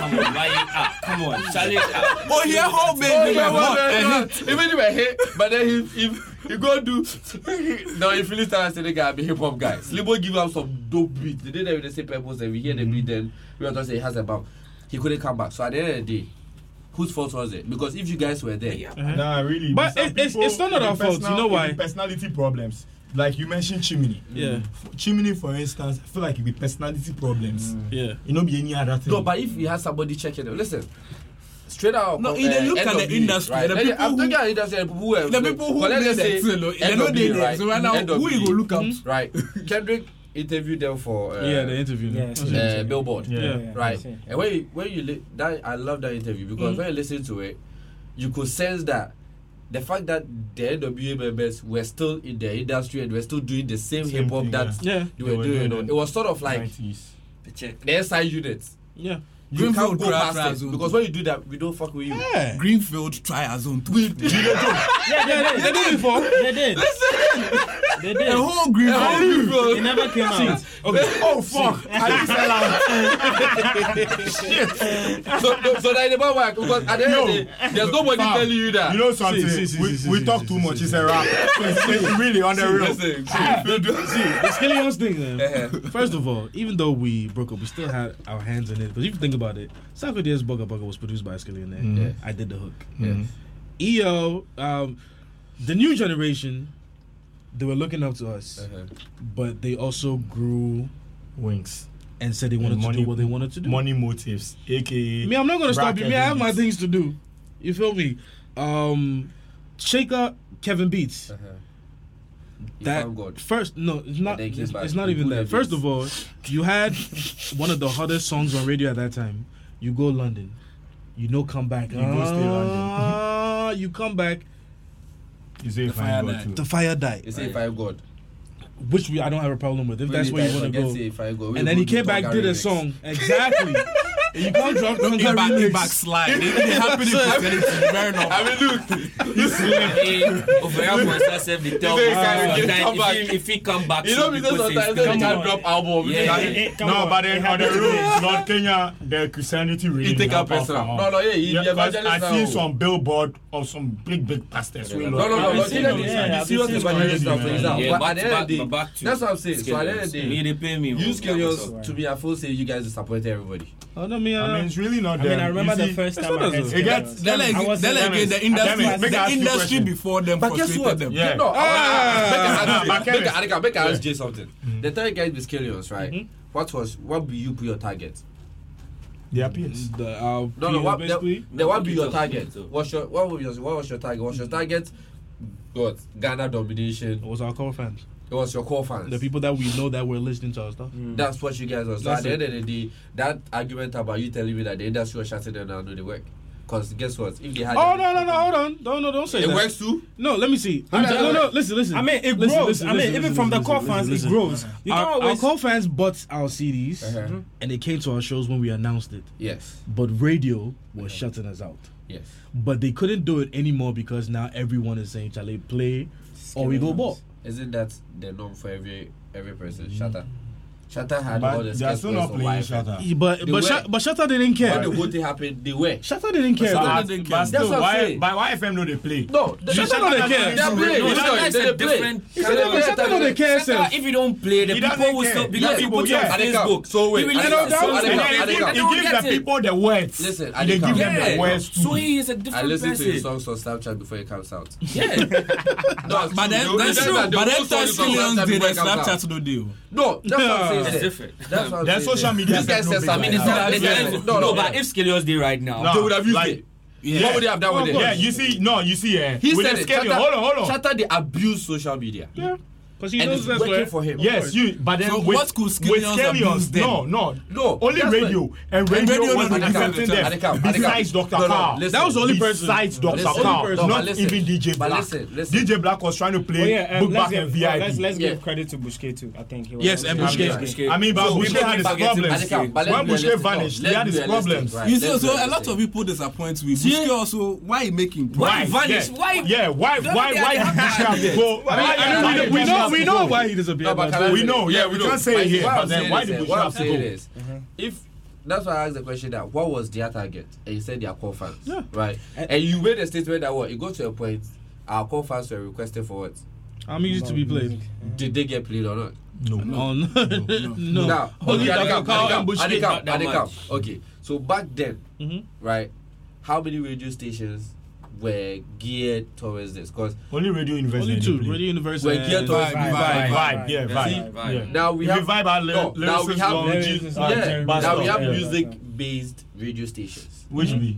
on, buy it up. Come on, challenge up. Oh, yeah, home, baby. Oh, you yeah, were hot well, and yeah. hit. Even you were hit, but then if, if you go do. no, if you listen to the guy, be hip hop guy. Slibo give out some dope beat. They did that with the same purpose, and we hear the beat, then we are just say he has a bomb. He couldn't come back. So at the end of the day, whose fault was it? Because if you guys were there, Nah, really. But some it- it's- people it's not our with fault, you know why? with Personality problems. Like you mentioned Chimney. Yeah. F- Chimney, for instance, I feel like it be personality problems. Mm. Yeah. It not be any other thing. No, but if you had somebody checking them, listen. Straight out. uh, No, of, if they look end at of the year, industry, E, right? the Let me- people I'm who- talking about industry, the people who have, the people who but let's made just the say thing, no, they end know of they year, there. So right now, End of who you year. go look up? E, hmm? Right, Kendrick interviewed them for uh, yeah, the interview. Yeah, That's so- it. uh, Billboard. Yeah. Yeah, yeah, Right, yeah. and when you when you li- that I love that interview because when you listen to it, you could sense that. The fact that the NWA members were still in the industry and were still doing the same, Same hip hop thing, that yeah. Yeah. they were doing, it was sort of like 90s. Check. the SI units. Yeah. You can't Greenfield go Craft past it Zone. because when you do that, we don't fuck with you. Greenfield Trial Zone 2. Yeah, they did. They did before. They did. They did. The whole Greenfield. It never came out. Oh fuck! I didn't sell out. so, so, so that it won't work because at the end of the day, there's nobody Fam, telling you that. You know something? see, see, we see, we see, talk see, too see, much. see, it's a rap. It's- it's really on the real. It's killing us things. man. First of all, even though we broke up, we still had our hands in it. But if you think about it, South Korea's Bugger Bugger was produced by Skillion. Mm-hmm. and Yeah. I did the hook. Yeah. EO, um, the new generation, they were looking up to us, Uh-huh. but they also grew Wings. and said they wanted And to money- do what they wanted to do. Money motives, aka. Me, I'm not gonna stop you. Me, I have my bracket things to do. You feel me? Um, Shaker, Kevin Beats. Uh-huh. You That found Uh-huh. God. first no, it's not. then came It's, back. it's not You even pulled that. the First beats. of all, you had one of the hottest songs on radio at that time. You go London, you know, come back. You go stay London. you come back. You say if I fire got night. to. The fire died, They say if I God. which we I don't have a problem with. If that's where you want to go, If I God. We and then go he to came back, Tonga did a remix. song exactly. and you can't drop Tonga It back, it remix. backslide. It, it happened in Christianity. Very normal. I mean, Hey, Ofoya Monster self dey tell He me say, "Guy, sometimes you can come if he- if he come back, You know, some because people say sometimes it's they gonna can't be- drop album. Yeah. Yeah. Eh, eh, come No, on. but then It on the happened today. road, Lord Kenya, the Christianity really. take help up us personal. out. No, no, yeah, he- he because I evangelist now. see some billboard of some big, big pastors. No, no, no, no. See, that is- yeah, you I've serious seen evangelist now for man. example. Yeah, But at back to the end back, of the but day, back to that's what I'm saying. So at the end of the Me, day, they pay me. use oh. Kenyans to be a full say you guys disappointed everybody. Oh no, me. I I- mean, it's really not I mean, them. I remember You the see, first it's time not I as heard a- It gets- Skillions. then I again, was then in- again, the Damn it, industry, make I ask the you a industry question. before them But guess what? frustrated them. Yeah. No, Ah. I Nah, want but to Kenneth- ask Make I ask Jay something. Mm-hmm. The third guy is Killions, right? What was what be you put your target? They are peers. The, uh, No, no, what basically. the, the, what be your Kitos, target? Kitos. What's your what was your what was your target? What's your target? God, Ghana domination. It was our core fans. It was your core fans. The people that we know that were listening to our stuff. That's what you guys was. So That's at the end of the day, that argument about you telling me that the industry was shutting them down do the work. Cause guess what? If they had Oh their- no no no hold on no no don't say it that. works too. No let me see. Let me I see. No know. no listen listen. I mean, it Listen, grows. listen, I mean, listen, even listen, from the listen, core listen, fans, listen. it grows. You Our, can't our always. core fans bought our CDs Uh-huh. and they came to our shows when we announced it. Yes. But radio was shutting us out. Yes. But they couldn't do it anymore because now everyone is saying, "Shall they play or we go ball?" Mm. Isn't that the norm for every every person? Shatter. Shatter had all But the they are sketch still not words on playing wife. Shatter. But They but were. Sha- but Shatta didn't care. When the whole thing happened, they were. Shatta didn't care. But, though. but, didn't care. but still, what I'm why, saying. why, why FM know they play? No, they, Shatta they, don't they, care. they play. No, They that- play. that's They a play. different- Shatta don't They play. care. Shatta, self. If you don't play, the He people doesn't will care. stop Yeah, because you people put it on care. Adekam, Facebook. so wait, You will Adekam, not so stop And Adekam, it. They then they give, Adekam. they don't give get the it. people the words. Listen, and they Adekam. give them Yeah. the words too. So he is a I different listen to his person. songs on Snapchat before it comes out. Yeah. No, But they then, will- that's they true. will- they But will then, post all Tash the songs Killians did a before it comes out. Snapchat to the deal. No, that's what I'm saying. It's there. different. That's what I'm Then saying. social there. media These guys has no said business. something. I mean, No, Listen, listen, listen. no, no, but if Skillions did right now, No. they would have used Like- it. What would they have done with it? Yeah, you see, no, you see, eh, He with said the it. schedule, Shatta- hold on, hold on. Shatta, they abuse social media. Because he And knows it's that's working where. for him. Of Yes, course. you. But then So with, what could with Skillions abuse Scallions, then? no, no, No, Only that's radio right. and radio, was radio no, the no, no, defending them. Adekam, Adekam, Adekam. Besides Dr. No, no, Carl, listen. that was the only person. person. Besides Dr. Listen. Carl, Only person. not But listen. even DJ But Black. listen, listen. DJ Black was trying to Oh, play yeah, um, Book let's Back give, and yeah, VIP. let's, let's Yeah. give credit to Bushke too. I think he was. Yes, and and Bushke. I mean, but So, Busquets had we his forget about problems. Adekam, but When let's Busquets be realistic. vanished, he Let's had be his realistic, problems. right? You Let's see, be so a lot realistic. of people disappoint me. Busquets also, why he making? Why vanish? Why? Yeah, why? Why? Why did Busquets go? Why I did mean, we know, Busquets we know go? why he disappeared. No, but can I- We know. Yeah, Yeah, we we can't know. say it here. Why I'm But then saying why this, did eh, why I'm Busquets saying go? this, Mm-hmm. If that's why I asked the question that what was their target? And you said their core fans, right? And, you made a statement that what it got to a point. Our core fans were requested for what? Mm-hmm. I'm easy to be played. Did they get played or not? No, no, no. Now, Only okay, Dr. Adekam, Carl Adekam, and Bushke. Adekam, not that Adekam. Okay, so back then, Mhm. right? How many radio stations were geared towards this? Because Only radio university. Only two. Radio University. We're geared towards and- Vibe. Vibe. Yeah, vibe. Vibe. Yeah. now we If have you vibe our no, lyrics, now we have longitude, yeah, uh, bus now we stop, have yeah. music-based radio stations. Which be?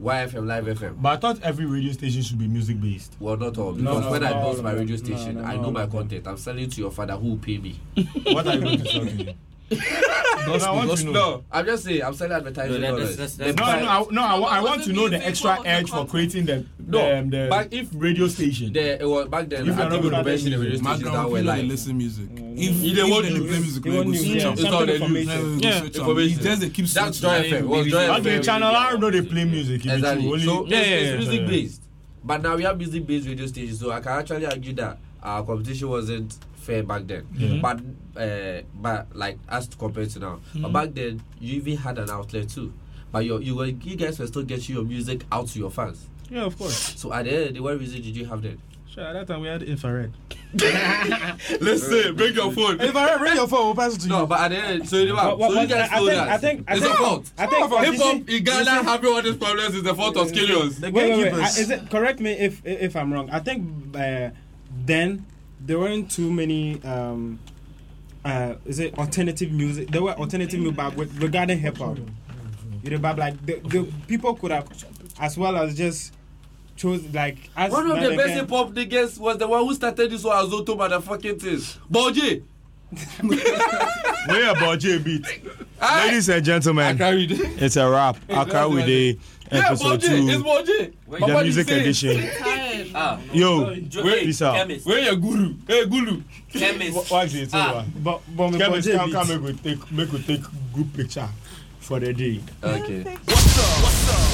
YFM, Live FM. But I thought every radio station should be music based. Well, not all. Because no, when no, I built no, my no, radio no, station, no, I no, know my no. content. I'm selling to your father who will pay me. What are you going to sell to him? Because I want to know. No, I'm just saying, I'm selling advertising No, that- dollars. that's- The that's- no, price- I, no. I, wa- I But want to wasn't know the music extra what was the edge for content? creating the No, um, the but if radio station. the, it was back then, If I you're not think we good at mentioned the radio music, My stations that were grandfather like like. listen music. If He if don't Mm. they want want news. to play music, He we want go news, switch yeah. on. It's all the They news. go Yeah. switch on. Information. He just they keep That's switching. Joy FM. Was Joy Back FM. then, Channel R no they play music. if it's Exactly. true, So Only, it's, yeah, it's yeah, music yeah. based. But now we have music based radio stations, so I can actually argue that our competition wasn't fair back then. But uh, but like as compared to now, but Mm-hmm. back then you even had an outlet too. But you you were, you guys were still getting your music out to your fans. Yeah, of course. So at the end of the day, what reason did you have then? Sure, at that time we had infrared. Listen, bring your phone. If I read your phone, we'll pass it to you. No, but at the end, of the- so you know But- what? but- so you but guys I know think- that I think- I it's think- your fault. I think for Hip hop in Ghana having all these problems is the fault of Skillions. The wait, wait, wait. I- Is it, correct me if if I'm wrong. I think uh, then there weren't too many. Um, uh, is it alternative music? There were alternative music but with, regarding hip hop. You know, but like the, the people could have, as well as just chose like as One of the Nigerian- best hip hop niggas was the one who started this whole Azoto motherfucking thing. Boje! Where about J beat? Aye. Ladies and gentlemen, carried it's a wrap. Accra with the Yeah, Boje. episode It's two, Boje. the music edition. Tired. Ah, Yo, wait, peace out. Chemist. Where your guru? Hey, guru. Chemist. Why is it so Ah. But but me Kevin, budget come, beat. come, make we take, make we take group picture for the day. Okay. What's up?